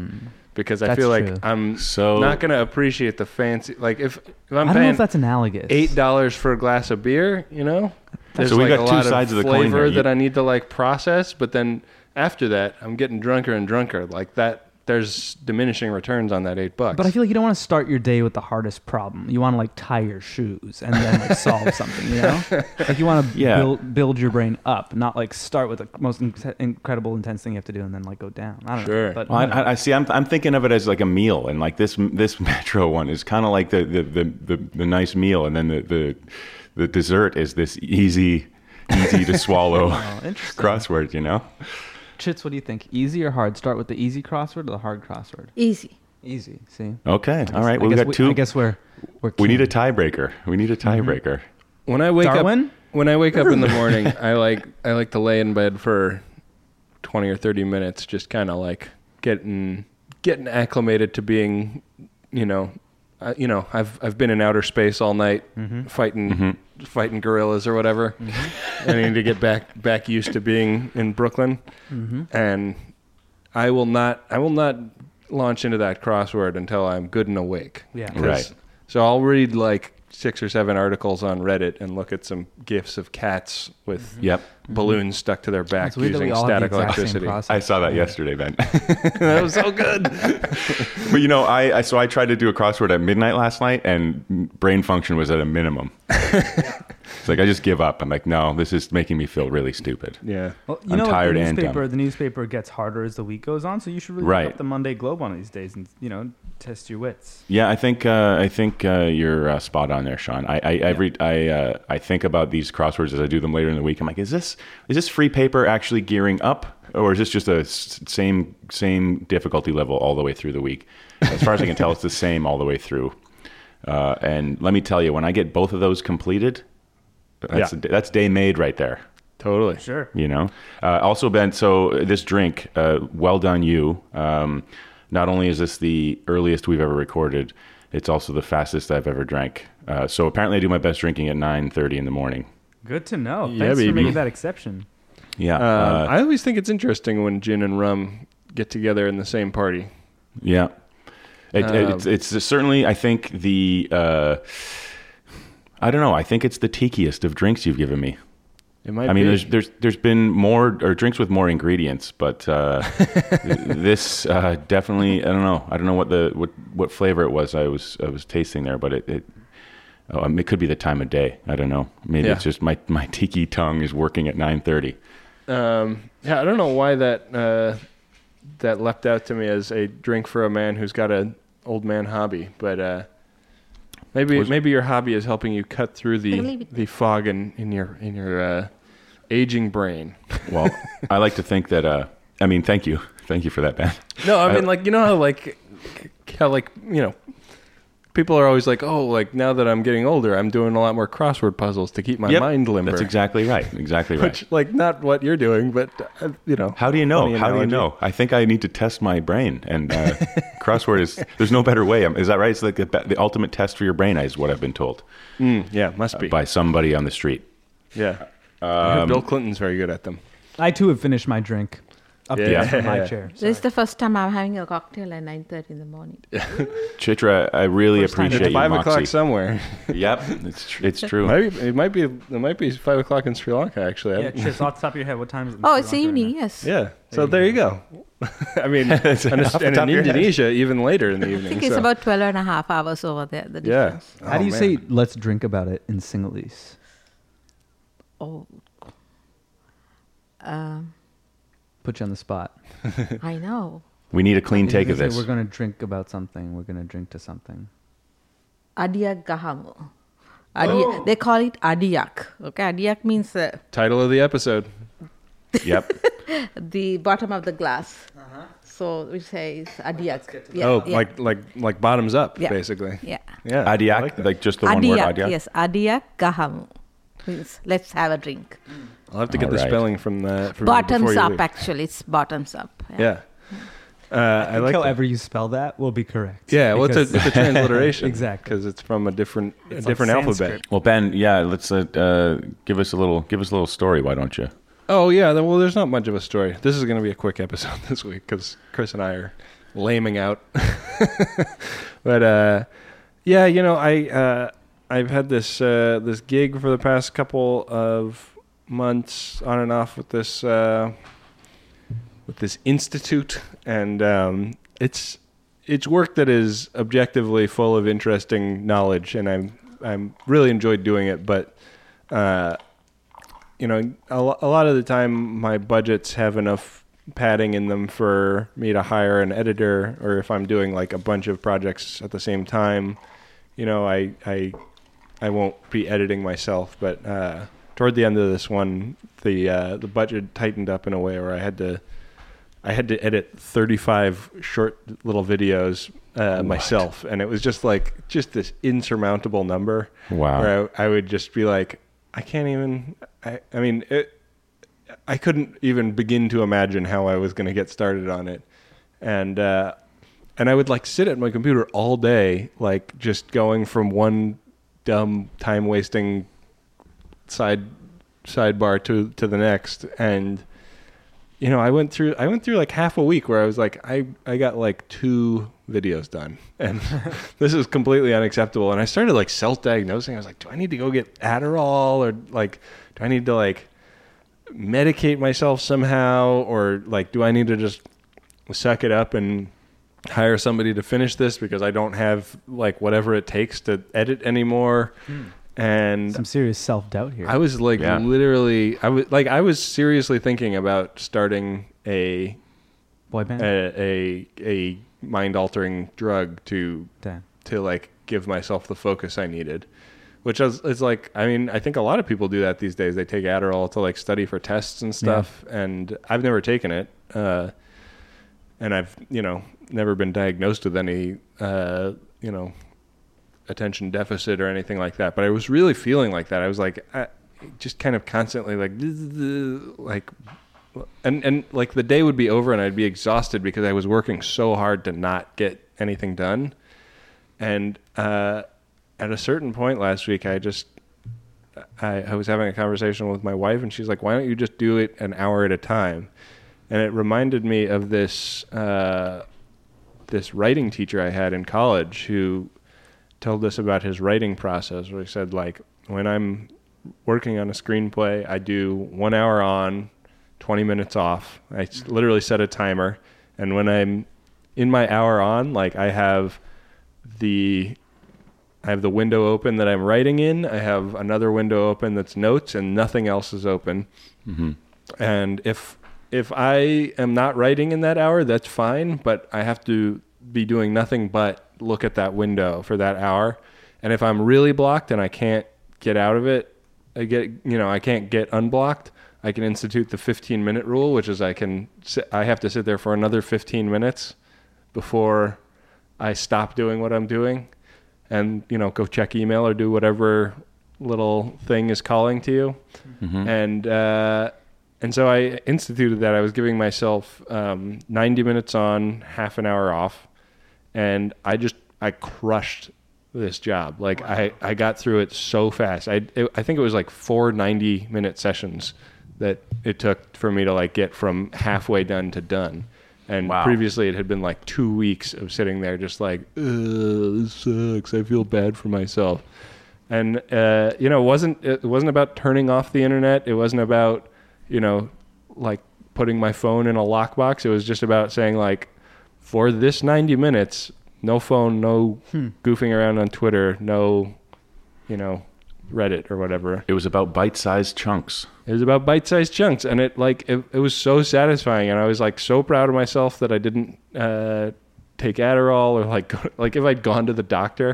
[SPEAKER 2] because I
[SPEAKER 4] That's
[SPEAKER 2] feel like
[SPEAKER 4] true.
[SPEAKER 2] I'm
[SPEAKER 3] So-
[SPEAKER 2] not gonna appreciate the fancy. Like if if I'm
[SPEAKER 6] I don't know
[SPEAKER 2] paying
[SPEAKER 6] if that's analogous.
[SPEAKER 2] eight dollars for a glass of beer, you know, there's
[SPEAKER 3] we
[SPEAKER 2] like
[SPEAKER 3] got
[SPEAKER 2] a
[SPEAKER 3] two
[SPEAKER 2] lot
[SPEAKER 3] sides
[SPEAKER 2] of
[SPEAKER 3] of the coin
[SPEAKER 2] flavor
[SPEAKER 3] there. You-
[SPEAKER 2] that I need to like process, but then after that, I'm getting drunker and drunker. Like that, there's diminishing returns on that eight bucks.
[SPEAKER 6] But I feel like you don't want to start your day with the hardest problem. You want to like tie your shoes and then like solve something, you know? Like you want to
[SPEAKER 3] Yeah.
[SPEAKER 6] build, build your brain up, not like start with the most in- incredible intense thing you have to do and then like go down. I don't
[SPEAKER 2] Sure.
[SPEAKER 6] know. But
[SPEAKER 3] Well, I- I, I see. I'm, I'm thinking of it as like a meal, and like this this Metro one is kind of like the the, the the the nice meal, and then the the, the dessert is this easy easy to swallow
[SPEAKER 6] Oh,
[SPEAKER 4] interesting.
[SPEAKER 3] crossword. You know,
[SPEAKER 4] Chits, what do you think? Easy or hard? Start with the easy crossword or the hard crossword?
[SPEAKER 5] Easy.
[SPEAKER 4] Easy. See.
[SPEAKER 3] okay, all right.
[SPEAKER 6] I
[SPEAKER 3] Well, we
[SPEAKER 6] guess
[SPEAKER 3] got two.
[SPEAKER 6] I guess Mm-hmm. we're, we're
[SPEAKER 3] we need a
[SPEAKER 6] kin.
[SPEAKER 3] tiebreaker. We need a tiebreaker.
[SPEAKER 2] When I wake
[SPEAKER 4] Darwin?
[SPEAKER 2] up, when I wake up in the morning, I like I like to lay in bed for twenty or thirty minutes, just kind of like getting getting acclimated to being, you know, uh, you know, I've I've been in outer space all night fighting fighting gorillas or whatever. I need to get back back used to being in Brooklyn, and I will not I will not launch into that crossword until I'm good and awake.
[SPEAKER 6] Yeah.
[SPEAKER 2] 'Cause-
[SPEAKER 3] Right.
[SPEAKER 2] So I'll read like six or seven articles on Reddit and look at some gifs of cats with
[SPEAKER 3] Yep.
[SPEAKER 2] balloons stuck to their back
[SPEAKER 4] It's Mm-hmm. weird that we
[SPEAKER 2] using
[SPEAKER 4] all have the
[SPEAKER 2] static
[SPEAKER 4] exact same
[SPEAKER 2] electricity.
[SPEAKER 4] process.
[SPEAKER 3] I saw that yesterday, Ben.
[SPEAKER 2] that was so good.
[SPEAKER 3] but you know, I, I so I tried to do a crossword at midnight last night, and brain function was at a minimum. it's like I just give up. I'm like, no, this is making me feel really stupid.
[SPEAKER 2] Yeah.
[SPEAKER 6] Well, you
[SPEAKER 3] I'm
[SPEAKER 6] know, what?
[SPEAKER 3] tired
[SPEAKER 6] the
[SPEAKER 3] and dumb.
[SPEAKER 6] newspaper, the newspaper gets harder as the week goes on, so you should really pick
[SPEAKER 3] Right.
[SPEAKER 6] up the Monday Globe one of these days and, you know, test your wits.
[SPEAKER 3] Yeah, I think uh, I think uh, you're uh, spot on there, Sean. I I every I uh, I think about these crosswords as I do them later in the week. I'm like, is this is this free paper actually gearing up, or is this just a s- same same difficulty level all the way through the week? As far as I can tell, it's the same all the way through. Uh, and let me tell you, when I get both of those completed, that's
[SPEAKER 2] Yeah.
[SPEAKER 3] that's day made right there.
[SPEAKER 2] Totally.
[SPEAKER 6] Sure.
[SPEAKER 3] You know. Uh, also, Ben. So uh, this drink, uh, well done you. Um, not only is this the earliest we've ever recorded, it's also the fastest I've ever drank. Uh, so apparently, I do my best drinking at nine thirty in the morning.
[SPEAKER 6] Good to know.
[SPEAKER 2] Yeah,
[SPEAKER 6] Thanks
[SPEAKER 2] baby.
[SPEAKER 6] for making that exception.
[SPEAKER 3] Yeah.
[SPEAKER 2] Um,
[SPEAKER 3] uh,
[SPEAKER 2] I always think it's interesting when gin and rum get together in the same party.
[SPEAKER 3] Yeah, it, it's, it's certainly. I think the. Uh, I don't know. I think it's the tikiest of drinks you've given me.
[SPEAKER 2] It might
[SPEAKER 3] I mean,
[SPEAKER 2] be.
[SPEAKER 3] there's there's there's been more or drinks with more ingredients, but uh, th- this uh, definitely. I don't know. I don't know what the what what flavor it was. I was I was tasting there, but it. it Oh, I mean, it could be the time of day. I don't know. Maybe
[SPEAKER 2] Yeah.
[SPEAKER 3] it's just my, my tiki tongue is working at nine thirty.
[SPEAKER 2] um, yeah, I don't know why that uh, that leapt out to me as a drink for a man who's got an old man hobby, but uh, maybe
[SPEAKER 3] Was-
[SPEAKER 2] maybe your hobby is helping you cut through the
[SPEAKER 5] Believe it.
[SPEAKER 2] the fog in, in your in your uh, aging brain.
[SPEAKER 3] Well, I like to think that. Uh, I mean, thank you, thank you for that, Ben.
[SPEAKER 2] No, I
[SPEAKER 3] I-
[SPEAKER 2] mean like you know how like how like you know people are always like, oh, like now that I'm getting older, I'm doing a lot more crossword puzzles to keep my
[SPEAKER 3] Yep.
[SPEAKER 2] mind limber.
[SPEAKER 3] That's exactly right. Exactly right.
[SPEAKER 2] Which, like, not what you're doing, but uh, you know.
[SPEAKER 3] How do you know?
[SPEAKER 2] funny
[SPEAKER 3] How do you
[SPEAKER 2] analogy.
[SPEAKER 3] know? I think I need to test my brain. And uh, crossword is there's no better way. Um, Is that right? It's like the, be- the ultimate test for your brain. Is what I've been told
[SPEAKER 2] Hmm, Yeah, must be.
[SPEAKER 3] by somebody on the street.
[SPEAKER 2] yeah. Um, I heard Bill Clinton's very good at them.
[SPEAKER 6] I too have finished my drink. Up there
[SPEAKER 2] Yeah.
[SPEAKER 6] from my chair.
[SPEAKER 5] This is the first time I'm having a cocktail at 9:30 in the morning.
[SPEAKER 3] Chitra, I really
[SPEAKER 6] First time.
[SPEAKER 3] appreciate
[SPEAKER 2] It's
[SPEAKER 3] you,
[SPEAKER 2] five o'clock
[SPEAKER 3] Moxie.
[SPEAKER 2] somewhere.
[SPEAKER 3] Yep, it's tr- it's true.
[SPEAKER 2] Maybe it might be. It might be five o'clock in Sri Lanka. Actually. I
[SPEAKER 6] Yeah,
[SPEAKER 2] haven't-
[SPEAKER 6] Chris, off the top of your head, what time is it? in
[SPEAKER 5] Oh,
[SPEAKER 6] Sri
[SPEAKER 5] it's
[SPEAKER 6] Lanka right
[SPEAKER 5] evening.
[SPEAKER 6] now?
[SPEAKER 5] Yes.
[SPEAKER 2] Yeah. so there you go. I mean, and, it's-
[SPEAKER 3] off the
[SPEAKER 2] and in
[SPEAKER 3] top of your head.
[SPEAKER 2] Indonesia, even later in the
[SPEAKER 5] I
[SPEAKER 2] evening.
[SPEAKER 5] think it's
[SPEAKER 2] so-
[SPEAKER 5] about 12 and a half hours over there. The
[SPEAKER 2] Yeah.
[SPEAKER 5] difference.
[SPEAKER 6] How do
[SPEAKER 2] Oh,
[SPEAKER 6] you
[SPEAKER 2] man.
[SPEAKER 6] say let's drink about it in Singhalese?
[SPEAKER 5] Oh,
[SPEAKER 6] Put you on the spot.
[SPEAKER 5] I know.
[SPEAKER 3] We need a clean
[SPEAKER 6] You
[SPEAKER 3] take
[SPEAKER 6] can
[SPEAKER 3] of
[SPEAKER 6] say,
[SPEAKER 3] this.
[SPEAKER 6] We're going to drink about something. We're going to drink to something.
[SPEAKER 5] Adiyak Gahamu. Adi- They call it Adiyak. Okay, Adiyak means uh,
[SPEAKER 2] Title of the episode.
[SPEAKER 3] Yep.
[SPEAKER 5] the bottom of the glass. So we say it's Adiyak. Yeah,
[SPEAKER 2] oh,
[SPEAKER 5] yeah,
[SPEAKER 2] like like like bottoms up,
[SPEAKER 5] Yeah.
[SPEAKER 2] basically.
[SPEAKER 5] Yeah.
[SPEAKER 2] Yeah. I
[SPEAKER 3] Adiak,
[SPEAKER 2] like
[SPEAKER 3] like,
[SPEAKER 2] that.
[SPEAKER 3] just the one word
[SPEAKER 5] Adiyak.
[SPEAKER 3] Adiak.
[SPEAKER 5] Yes, Adiyak Gahamu. Means let's have a drink.
[SPEAKER 2] I'll have to get
[SPEAKER 3] All
[SPEAKER 2] the
[SPEAKER 3] right.
[SPEAKER 2] spelling from the from before
[SPEAKER 5] Bottoms
[SPEAKER 2] you
[SPEAKER 5] up,
[SPEAKER 2] leave.
[SPEAKER 5] actually. It's bottoms up.
[SPEAKER 2] Yeah. Uh, I like. that.
[SPEAKER 6] However you spell that will be correct.
[SPEAKER 2] yeah. Well, it's a,
[SPEAKER 6] Because-
[SPEAKER 2] it's a transliteration.
[SPEAKER 6] Exactly.
[SPEAKER 2] Because it's from a different a
[SPEAKER 4] It's like
[SPEAKER 2] different alphabet.
[SPEAKER 4] Sanskrit.
[SPEAKER 3] Well, Ben, yeah, let's uh, uh, give us a little give us a little story. Why don't you?
[SPEAKER 2] Oh yeah. then- Well, there's not much of a story. This is going to be a quick episode this week because Chris and I are laming out. but uh, yeah, you know, I uh, I've had this uh, this gig for the past couple of months on and off with this uh, with this institute, and um, it's it's work that is objectively full of interesting knowledge, and I'm I'm really enjoyed doing it, but. Uh, you know, a, lo- a lot of the time my budgets have enough padding in them for me to hire an editor, or if I'm doing like a bunch of projects at the same time, you know, I I I won't be editing myself. But uh, toward the end of this one, the uh, the budget tightened up in a way where I had to I had to edit 35 short little videos uh, myself, and it was just like just this insurmountable number.
[SPEAKER 3] Wow.
[SPEAKER 2] Where I, I would just be like, I can't even. I I mean, it, I couldn't even begin to imagine how I was going to get started on it, and uh, and I would like sit at my computer all day, like just going from one dumb time wasting side sidebar to to the next and you know i went through i went through like half a week where i was like i i got like two videos done and this is completely unacceptable and i started like self-diagnosing i was like do i need to go get adderall or like do i need to like medicate myself somehow or like do i need to just suck it up and hire somebody to finish this because i don't have like whatever it takes to edit anymore and
[SPEAKER 6] Some serious self doubt here.
[SPEAKER 2] I was like
[SPEAKER 3] Yeah.
[SPEAKER 2] literally I was like I was seriously thinking about starting a
[SPEAKER 6] Boy band.
[SPEAKER 2] a a, a mind altering drug to
[SPEAKER 6] Damn.
[SPEAKER 2] to like give myself the focus I needed. Which is, is like, I mean, I think a lot of people do that these days. They take Adderall to like study for tests and stuff. And I've never taken it. Uh, and I've, you know, never been diagnosed with any, uh, you know, attention deficit or anything like that. But I was really feeling like that. I was like, I, just kind of constantly like, like, and and like the day would be over and I'd be exhausted because I was working so hard to not get anything done. And uh, at a certain point last week, I just I, I was having a conversation with my wife, and she's like, "Why don't you just do it an hour at a time?" And it reminded me of this uh, this writing teacher I had in college who told us about his writing process, where he said, like, when I'm working on a screenplay, I do one hour on, 20 minutes off. I s- literally set a timer. And when I'm in my hour on, like, I have the I have the window open that I'm writing in. I have another window open that's notes, and nothing else is open. And if if I am not writing in that hour, that's fine. But I have to be doing nothing but look at that window for that hour. And if I'm really blocked and I can't get out of it, I get you know I can't get unblocked. I can institute the 15 minute rule, which is I can sit, I have to sit there for another 15 minutes before I stop doing what I'm doing. and you know go check email or do whatever little thing is calling to you and uh, and so I instituted that I was giving myself um, 90 minutes on half an hour off and I just I crushed this job like I I got through it so fast I it, I think it was like four 90 minute sessions that it took for me to like get from halfway done to done and
[SPEAKER 3] Wow.
[SPEAKER 2] previously it had been like two weeks of sitting there just like Ugh, this sucks I feel bad for myself and uh, you know it wasn't it wasn't about turning off the internet it wasn't about you know like putting my phone in a lockbox it was just about saying like for this 90 minutes no phone no goofing around on twitter no you know reddit or whatever
[SPEAKER 3] It was about bite-sized chunks.
[SPEAKER 2] it was about bite-sized chunks and it like it, it was so satisfying and i was like so proud of myself that i didn't uh, take adderall or like go, like if i'd gone to the doctor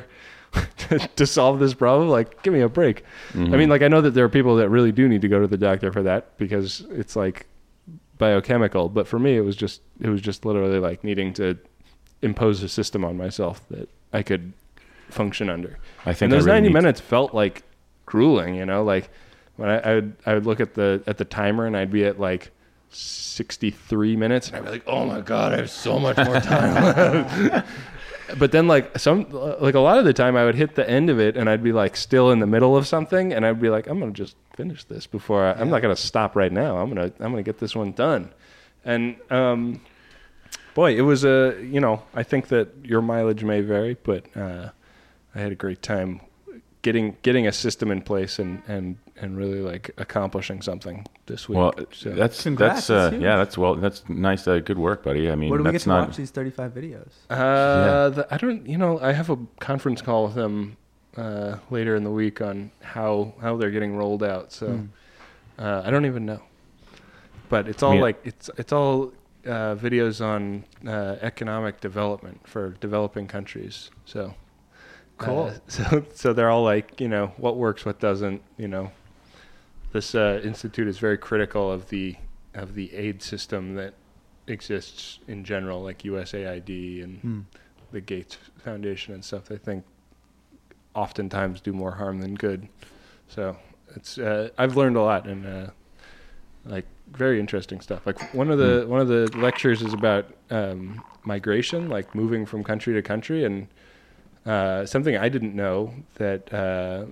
[SPEAKER 2] to, to solve this problem like give me a break
[SPEAKER 3] Mm-hmm.
[SPEAKER 2] i mean like i know that there are people that really do need to go to the doctor for that because it's like biochemical but for me it was just it was just literally like needing to impose a system on myself that i could function under
[SPEAKER 3] I think
[SPEAKER 2] and
[SPEAKER 3] I
[SPEAKER 2] those
[SPEAKER 3] really
[SPEAKER 2] 90
[SPEAKER 3] need to-
[SPEAKER 2] minutes felt like grueling you know like when I, I would i would look at the at the timer and i'd be at like 63 minutes and i'd be like oh my god i have so much more time but then like some like a lot of the time I would hit the end of it and I'd be like still in the middle of something and I'd be like I'm gonna just finish this before I, I'm not gonna stop right now I'm gonna I'm gonna get this one done and um boy it was a you know I think that your mileage may vary but uh, I had a great time getting getting a system in place and and and really like accomplishing something this week
[SPEAKER 3] Well,
[SPEAKER 2] So-
[SPEAKER 3] that's
[SPEAKER 4] Congrats,
[SPEAKER 3] that's uh,
[SPEAKER 4] that's huge.
[SPEAKER 3] yeah, that's well, that's nice. Uh, good work, buddy. I mean,
[SPEAKER 4] Where do we get
[SPEAKER 3] that's
[SPEAKER 4] to
[SPEAKER 3] not.
[SPEAKER 4] watch these 35 videos?
[SPEAKER 2] Uh, the, I don't. You know, I have a conference call with them uh, later in the week on how how they're getting rolled out. So uh, I don't even know. But it's all
[SPEAKER 3] mean-
[SPEAKER 2] like it's it's all uh, videos on uh, economic development for developing countries. So uh,
[SPEAKER 4] Cool.
[SPEAKER 2] so so they're all like you know what works, what doesn't. You know, this uh, institute is very critical of the of the aid system that exists in general, like USAID and the Gates Foundation and stuff. They think oftentimes do more harm than good. So it's uh, I've learned a lot and uh, like very interesting stuff. Like one of the one of the lectures is about um, migration, like moving from country to country, and uh, something I didn't know that uh,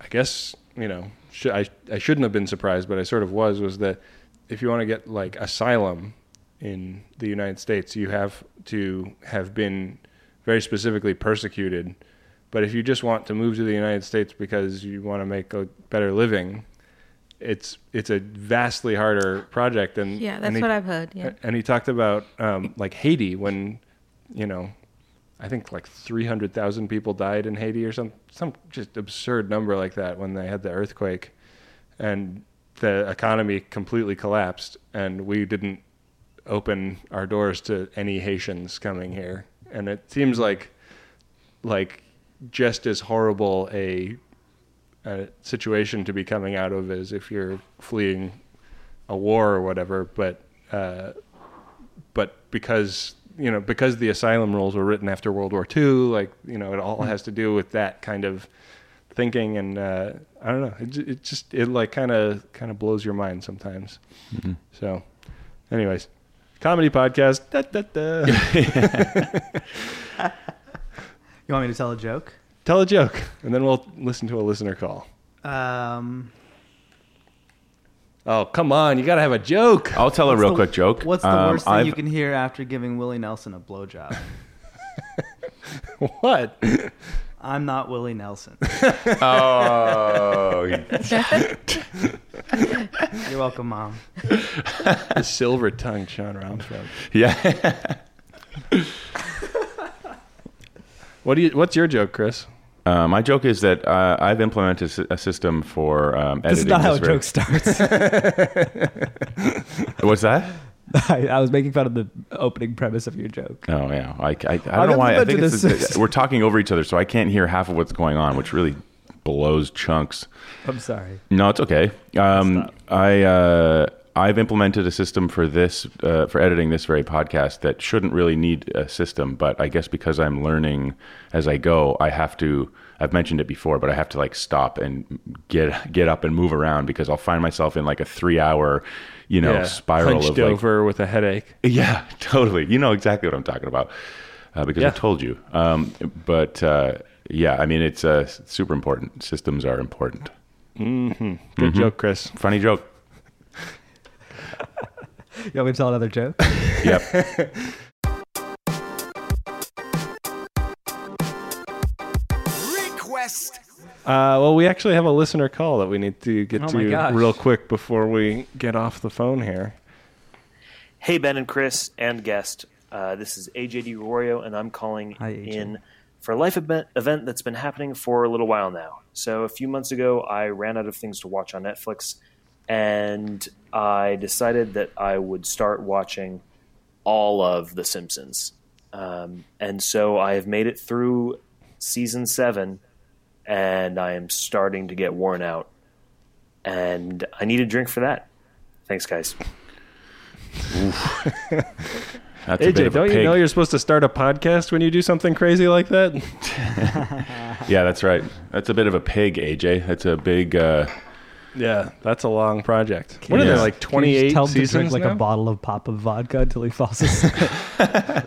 [SPEAKER 2] I guess you know sh- I I shouldn't have been surprised, but I sort of was. Was that if you want to get like asylum in the United States, you have to have been very specifically persecuted. But if you just want to move to the United States because you want to make a better living, it's it's a vastly harder project. And
[SPEAKER 5] Yeah,
[SPEAKER 2] and
[SPEAKER 5] that's
[SPEAKER 2] he-
[SPEAKER 5] what I've heard. Yeah.
[SPEAKER 2] and he talked about um, like Haiti when, you know, I think like 300,000 people died in Haiti or some some just absurd number like that when they had the earthquake, and the economy completely collapsed, and we didn't open our doors to any Haitians coming here, and it seems like like just as horrible a, a situation to be coming out of as if you're fleeing a war or whatever, but uh, but because you know because the asylum rules were written after World War II, like you know it all
[SPEAKER 3] Mm.
[SPEAKER 2] has to do with that kind of thinking, and uh, I don't know, it, ju- it just it like kind of kind of blows your mind sometimes.
[SPEAKER 3] Mm-hmm.
[SPEAKER 2] So, anyways, comedy podcast. Da, da, da.
[SPEAKER 4] You want me to tell a joke?
[SPEAKER 2] Tell a joke, and then we'll listen to a listener call.
[SPEAKER 4] Um,
[SPEAKER 2] Oh come on, you gotta have a joke.
[SPEAKER 3] I'll tell a
[SPEAKER 4] what's
[SPEAKER 3] real
[SPEAKER 4] the-
[SPEAKER 3] quick joke.
[SPEAKER 4] What's the
[SPEAKER 3] Um,
[SPEAKER 4] worst thing
[SPEAKER 3] I've-
[SPEAKER 4] you can hear after giving Willie Nelson a blowjob?
[SPEAKER 2] What?
[SPEAKER 4] I'm not Willie Nelson.
[SPEAKER 3] Oh,
[SPEAKER 4] You're welcome, Mom.
[SPEAKER 2] the silver tongue, Sean Armstrong.
[SPEAKER 3] yeah.
[SPEAKER 2] What do you? What's your joke, Chris?
[SPEAKER 3] Uh, my joke is that uh, I've implemented a sy- a system for um, editing.
[SPEAKER 6] This is not how a
[SPEAKER 3] this very-
[SPEAKER 6] joke starts.
[SPEAKER 3] What's that?
[SPEAKER 6] I, I was making fun of the opening premise of your joke.
[SPEAKER 3] Oh yeah, I, I, I don't
[SPEAKER 6] I've
[SPEAKER 3] know why. I think
[SPEAKER 6] implemented
[SPEAKER 3] it's
[SPEAKER 6] a
[SPEAKER 3] the-
[SPEAKER 6] system.
[SPEAKER 3] we're talking over each other, so I can't hear half of what's going on, which really blows chunks.
[SPEAKER 6] I'm sorry.
[SPEAKER 3] No, it's okay. Um, I uh, I've implemented a system for this uh, for editing this very podcast that shouldn't really need a system, but I guess because I'm learning as I go, I have to. I've mentioned it before, but I have to like stop and get get up and move around because I'll find myself in like a three hour, you know,
[SPEAKER 2] yeah,
[SPEAKER 3] spiral of
[SPEAKER 2] hunched
[SPEAKER 3] like
[SPEAKER 2] over with a headache.
[SPEAKER 3] yeah, totally. You know exactly what I'm talking about uh, because I
[SPEAKER 2] Yeah.
[SPEAKER 3] told you. Um, but uh, yeah, I mean, it's uh, s- super important. Systems are important.
[SPEAKER 2] Mm-hmm. Good
[SPEAKER 3] Mm-hmm.
[SPEAKER 2] joke, Chris.
[SPEAKER 3] Funny joke.
[SPEAKER 6] You want me to tell another joke?
[SPEAKER 3] Yep.
[SPEAKER 1] Request.
[SPEAKER 2] Uh, well, we actually have a listener call that we need to get
[SPEAKER 4] Oh my
[SPEAKER 2] to
[SPEAKER 4] gosh.
[SPEAKER 2] real quick before we get off the phone here.
[SPEAKER 7] Hey, Ben and Chris and guest. Uh, this is AJD Rorio, and I'm calling
[SPEAKER 6] Hi, AJ.
[SPEAKER 7] in for a life event, event that's been happening for a little while now. So, a few months ago, I ran out of things to watch on Netflix, and I decided that I would start watching all of The Simpsons. Um, and so I have made it through season seven, and I am starting to get worn out. And I need a drink for that. Thanks, guys.
[SPEAKER 3] That's a bit
[SPEAKER 2] AJ,
[SPEAKER 3] of a
[SPEAKER 2] don't you
[SPEAKER 3] pig.
[SPEAKER 2] know you're supposed to start a podcast when you do something crazy like that?
[SPEAKER 3] yeah, that's right. That's a bit of a pig, AJ. That's a big. Uh,
[SPEAKER 2] yeah, that's a long project. what are
[SPEAKER 3] you
[SPEAKER 2] there
[SPEAKER 3] just-
[SPEAKER 2] like
[SPEAKER 6] Can you
[SPEAKER 2] 28
[SPEAKER 6] just tell him
[SPEAKER 2] seasons
[SPEAKER 6] to drink like
[SPEAKER 2] now?
[SPEAKER 6] a bottle of pop of vodka until he falls asleep.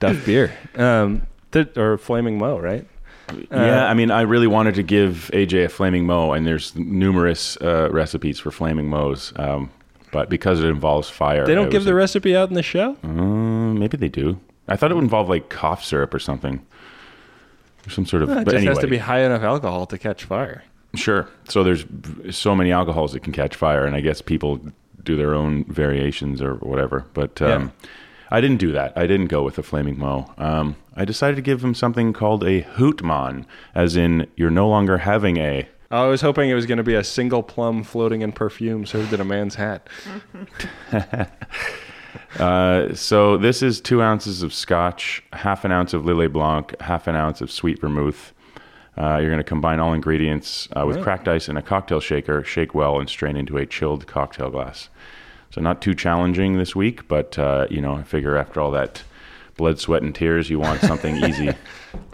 [SPEAKER 2] Duff beer, um, th- or flaming mo, right?
[SPEAKER 3] yeah, I mean, I really wanted to give AJ a flaming mo, and there's numerous uh, recipes for flaming moes, um, but because it involves fire,
[SPEAKER 2] They
[SPEAKER 3] I
[SPEAKER 2] don't give
[SPEAKER 3] was
[SPEAKER 2] the
[SPEAKER 3] like,
[SPEAKER 2] recipe out in the show.
[SPEAKER 3] "Mm, maybe they do. I thought it would involve like cough syrup or something, or some sort of.
[SPEAKER 2] It
[SPEAKER 3] but
[SPEAKER 2] just
[SPEAKER 3] anyway.
[SPEAKER 2] has to be high enough alcohol to catch fire.
[SPEAKER 3] Sure. So there's so many alcohols that can catch fire, and I guess people do their own variations or whatever. But um, I didn't do that. I didn't go with a flaming mo. Um, I decided to give him something called a hootmon, as in you're no longer having a.
[SPEAKER 2] I was hoping it was going to be a single plum floating in perfume served in a man's hat.
[SPEAKER 3] So this is two ounces of scotch, half an ounce of Lillet Blanc, half an ounce of sweet vermouth. Uh, you're going to combine all ingredients uh, with cracked ice in a cocktail shaker, shake well, and strain into a chilled cocktail glass. So not too challenging this week, but uh, you know, I figure after all that blood, sweat, and tears, you want something easy.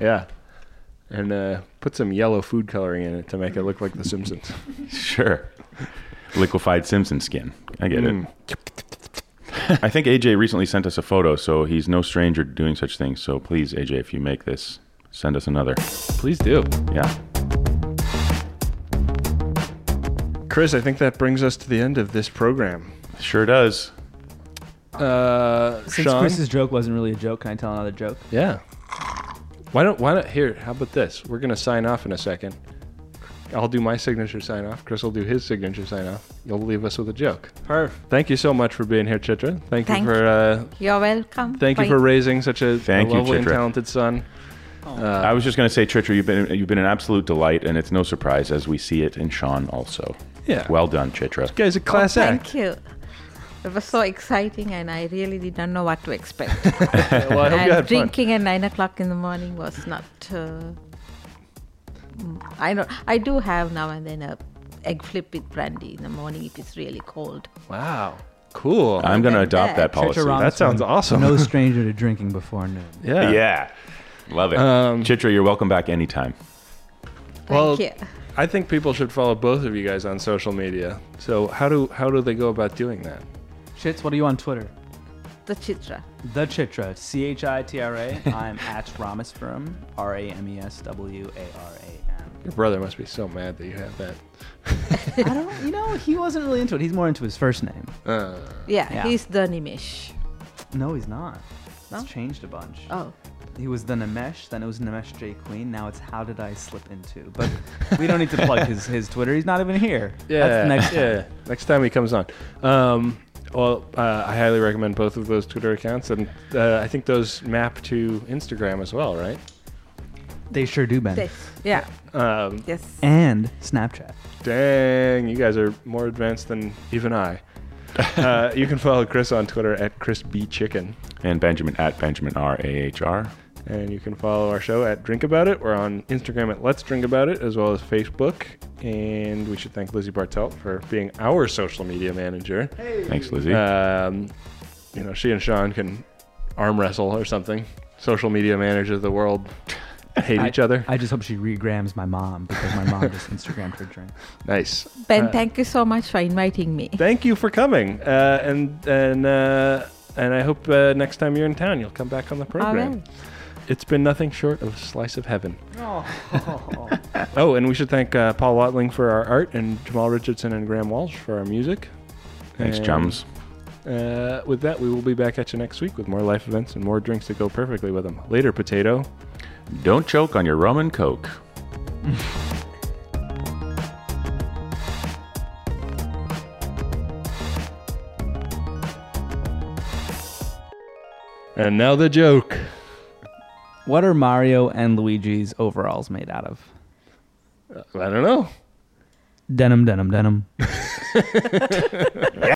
[SPEAKER 2] Yeah. And uh, put some yellow food coloring in it to make it look like The Simpsons.
[SPEAKER 3] Sure. Liquefied Simpson skin. I get it. I think AJ recently sent us a photo, so he's no stranger to doing such things. So please, AJ, if you make this, send us another.
[SPEAKER 2] Please do.
[SPEAKER 3] Yeah.
[SPEAKER 2] Chris, I think that brings us to the end of this program.
[SPEAKER 3] Sure does.
[SPEAKER 2] Uh,
[SPEAKER 4] Since
[SPEAKER 2] Sean?
[SPEAKER 4] Chris's joke wasn't really a joke, can I tell another joke?
[SPEAKER 2] yeah. Why don't, why not, here, how about this? We're going to sign off in a second. I'll do my signature sign off. Chris will do his signature sign off. You'll leave us with a joke.
[SPEAKER 4] Perf.
[SPEAKER 2] Thank you so much for being here, Chitra. Thank,
[SPEAKER 5] Thank
[SPEAKER 2] you for uh,
[SPEAKER 5] You're welcome.
[SPEAKER 2] thank you
[SPEAKER 5] Bye.
[SPEAKER 2] for raising such a, a
[SPEAKER 3] Thank you,
[SPEAKER 2] lovely and
[SPEAKER 3] Chitra.
[SPEAKER 2] talented son.
[SPEAKER 3] I was just going to say, Tritcher, you've been you've been an absolute delight, and it's no surprise as we see it in Sean also.
[SPEAKER 2] Yeah.
[SPEAKER 3] Well done, Chitra.
[SPEAKER 2] Guy's a class
[SPEAKER 5] oh,
[SPEAKER 2] act.
[SPEAKER 5] Thank you. It was so exciting, and I really did not know what to expect.
[SPEAKER 2] Well, I hope you
[SPEAKER 5] and
[SPEAKER 2] had fun.
[SPEAKER 5] drinking at nine o'clock in the morning was not. Uh, mm, I don't. I do have now and then a egg flip with brandy in the morning if it's really cold.
[SPEAKER 2] Wow. Cool.
[SPEAKER 3] I'm going to adopt Uh, that
[SPEAKER 6] Church
[SPEAKER 3] policy.
[SPEAKER 6] around
[SPEAKER 2] That
[SPEAKER 6] this
[SPEAKER 2] sounds
[SPEAKER 6] one.
[SPEAKER 2] awesome.
[SPEAKER 6] No stranger to drinking before noon.
[SPEAKER 2] yeah. Um,
[SPEAKER 3] yeah. Love it. Chitra, you're welcome back anytime.
[SPEAKER 5] Thank
[SPEAKER 2] Well,
[SPEAKER 5] you.
[SPEAKER 2] I think people should follow both of you guys on social media. So how do how do they go about doing that?
[SPEAKER 4] Shits, what are you on Twitter?
[SPEAKER 5] The chitra.
[SPEAKER 4] The Chitra, C H I T R A. I'm at Rameswaram, R A M E S W A R A M.
[SPEAKER 2] Your brother must be so mad that you have that.
[SPEAKER 4] I don't, you know, he wasn't really into it. He's more into his first name.
[SPEAKER 5] Yeah,
[SPEAKER 4] Yeah.
[SPEAKER 5] he's the Nimish.
[SPEAKER 4] No, he's not.
[SPEAKER 5] No?
[SPEAKER 4] It's changed a bunch.
[SPEAKER 5] Oh,
[SPEAKER 4] He was the Namesh, then it was Namesh J Queen. Now it's How Did I Slip Into? But we don't need to plug his, his Twitter. He's not even here. That's next time.
[SPEAKER 2] yeah. Next time he comes on. Um, well, uh, I highly recommend both of those Twitter accounts, and uh, I think those map to Instagram as well, right?
[SPEAKER 6] They sure do, Ben.
[SPEAKER 5] this. Yeah.
[SPEAKER 2] Um,
[SPEAKER 5] Yes.
[SPEAKER 6] and Snapchat.
[SPEAKER 2] dang, you guys are more advanced than even I. uh, you can follow Chris on Twitter at Chris B Chicken.
[SPEAKER 3] And Benjamin at Benjamin R A H R.
[SPEAKER 2] And you can follow our show at Drink About It. We're on Instagram at Let's Drink About It, as well as Facebook. And we should thank Lizzie Bartelt for being our social media manager.
[SPEAKER 3] Thanks, Lizzie.
[SPEAKER 2] Um, you know, she and Sean can arm wrestle or something. Social media managers of the world hate each other.
[SPEAKER 6] I just hope she regrams my mom because my mom just Instagrammed her drink.
[SPEAKER 2] nice.
[SPEAKER 5] Ben, thank you so much for inviting me.
[SPEAKER 2] Thank you for coming. Uh, and and uh, and I hope uh, next time you're in town, you'll come back on the program.
[SPEAKER 5] right.
[SPEAKER 2] It's been nothing short of a slice of heaven. Oh, and we should thank uh, Paul Watling for our art and Jamal Richardson and Graham Walsh for our music.
[SPEAKER 3] Thanks,
[SPEAKER 2] And,
[SPEAKER 3] chums.
[SPEAKER 2] Uh, with that, we will be back at you next week with more life events and more drinks that go perfectly with them. Later, potato.
[SPEAKER 3] Don't choke on your rum and coke.
[SPEAKER 2] And now the joke.
[SPEAKER 6] What are Mario and Luigi's overalls made out of?
[SPEAKER 2] I don't know.
[SPEAKER 6] Denim, denim, denim.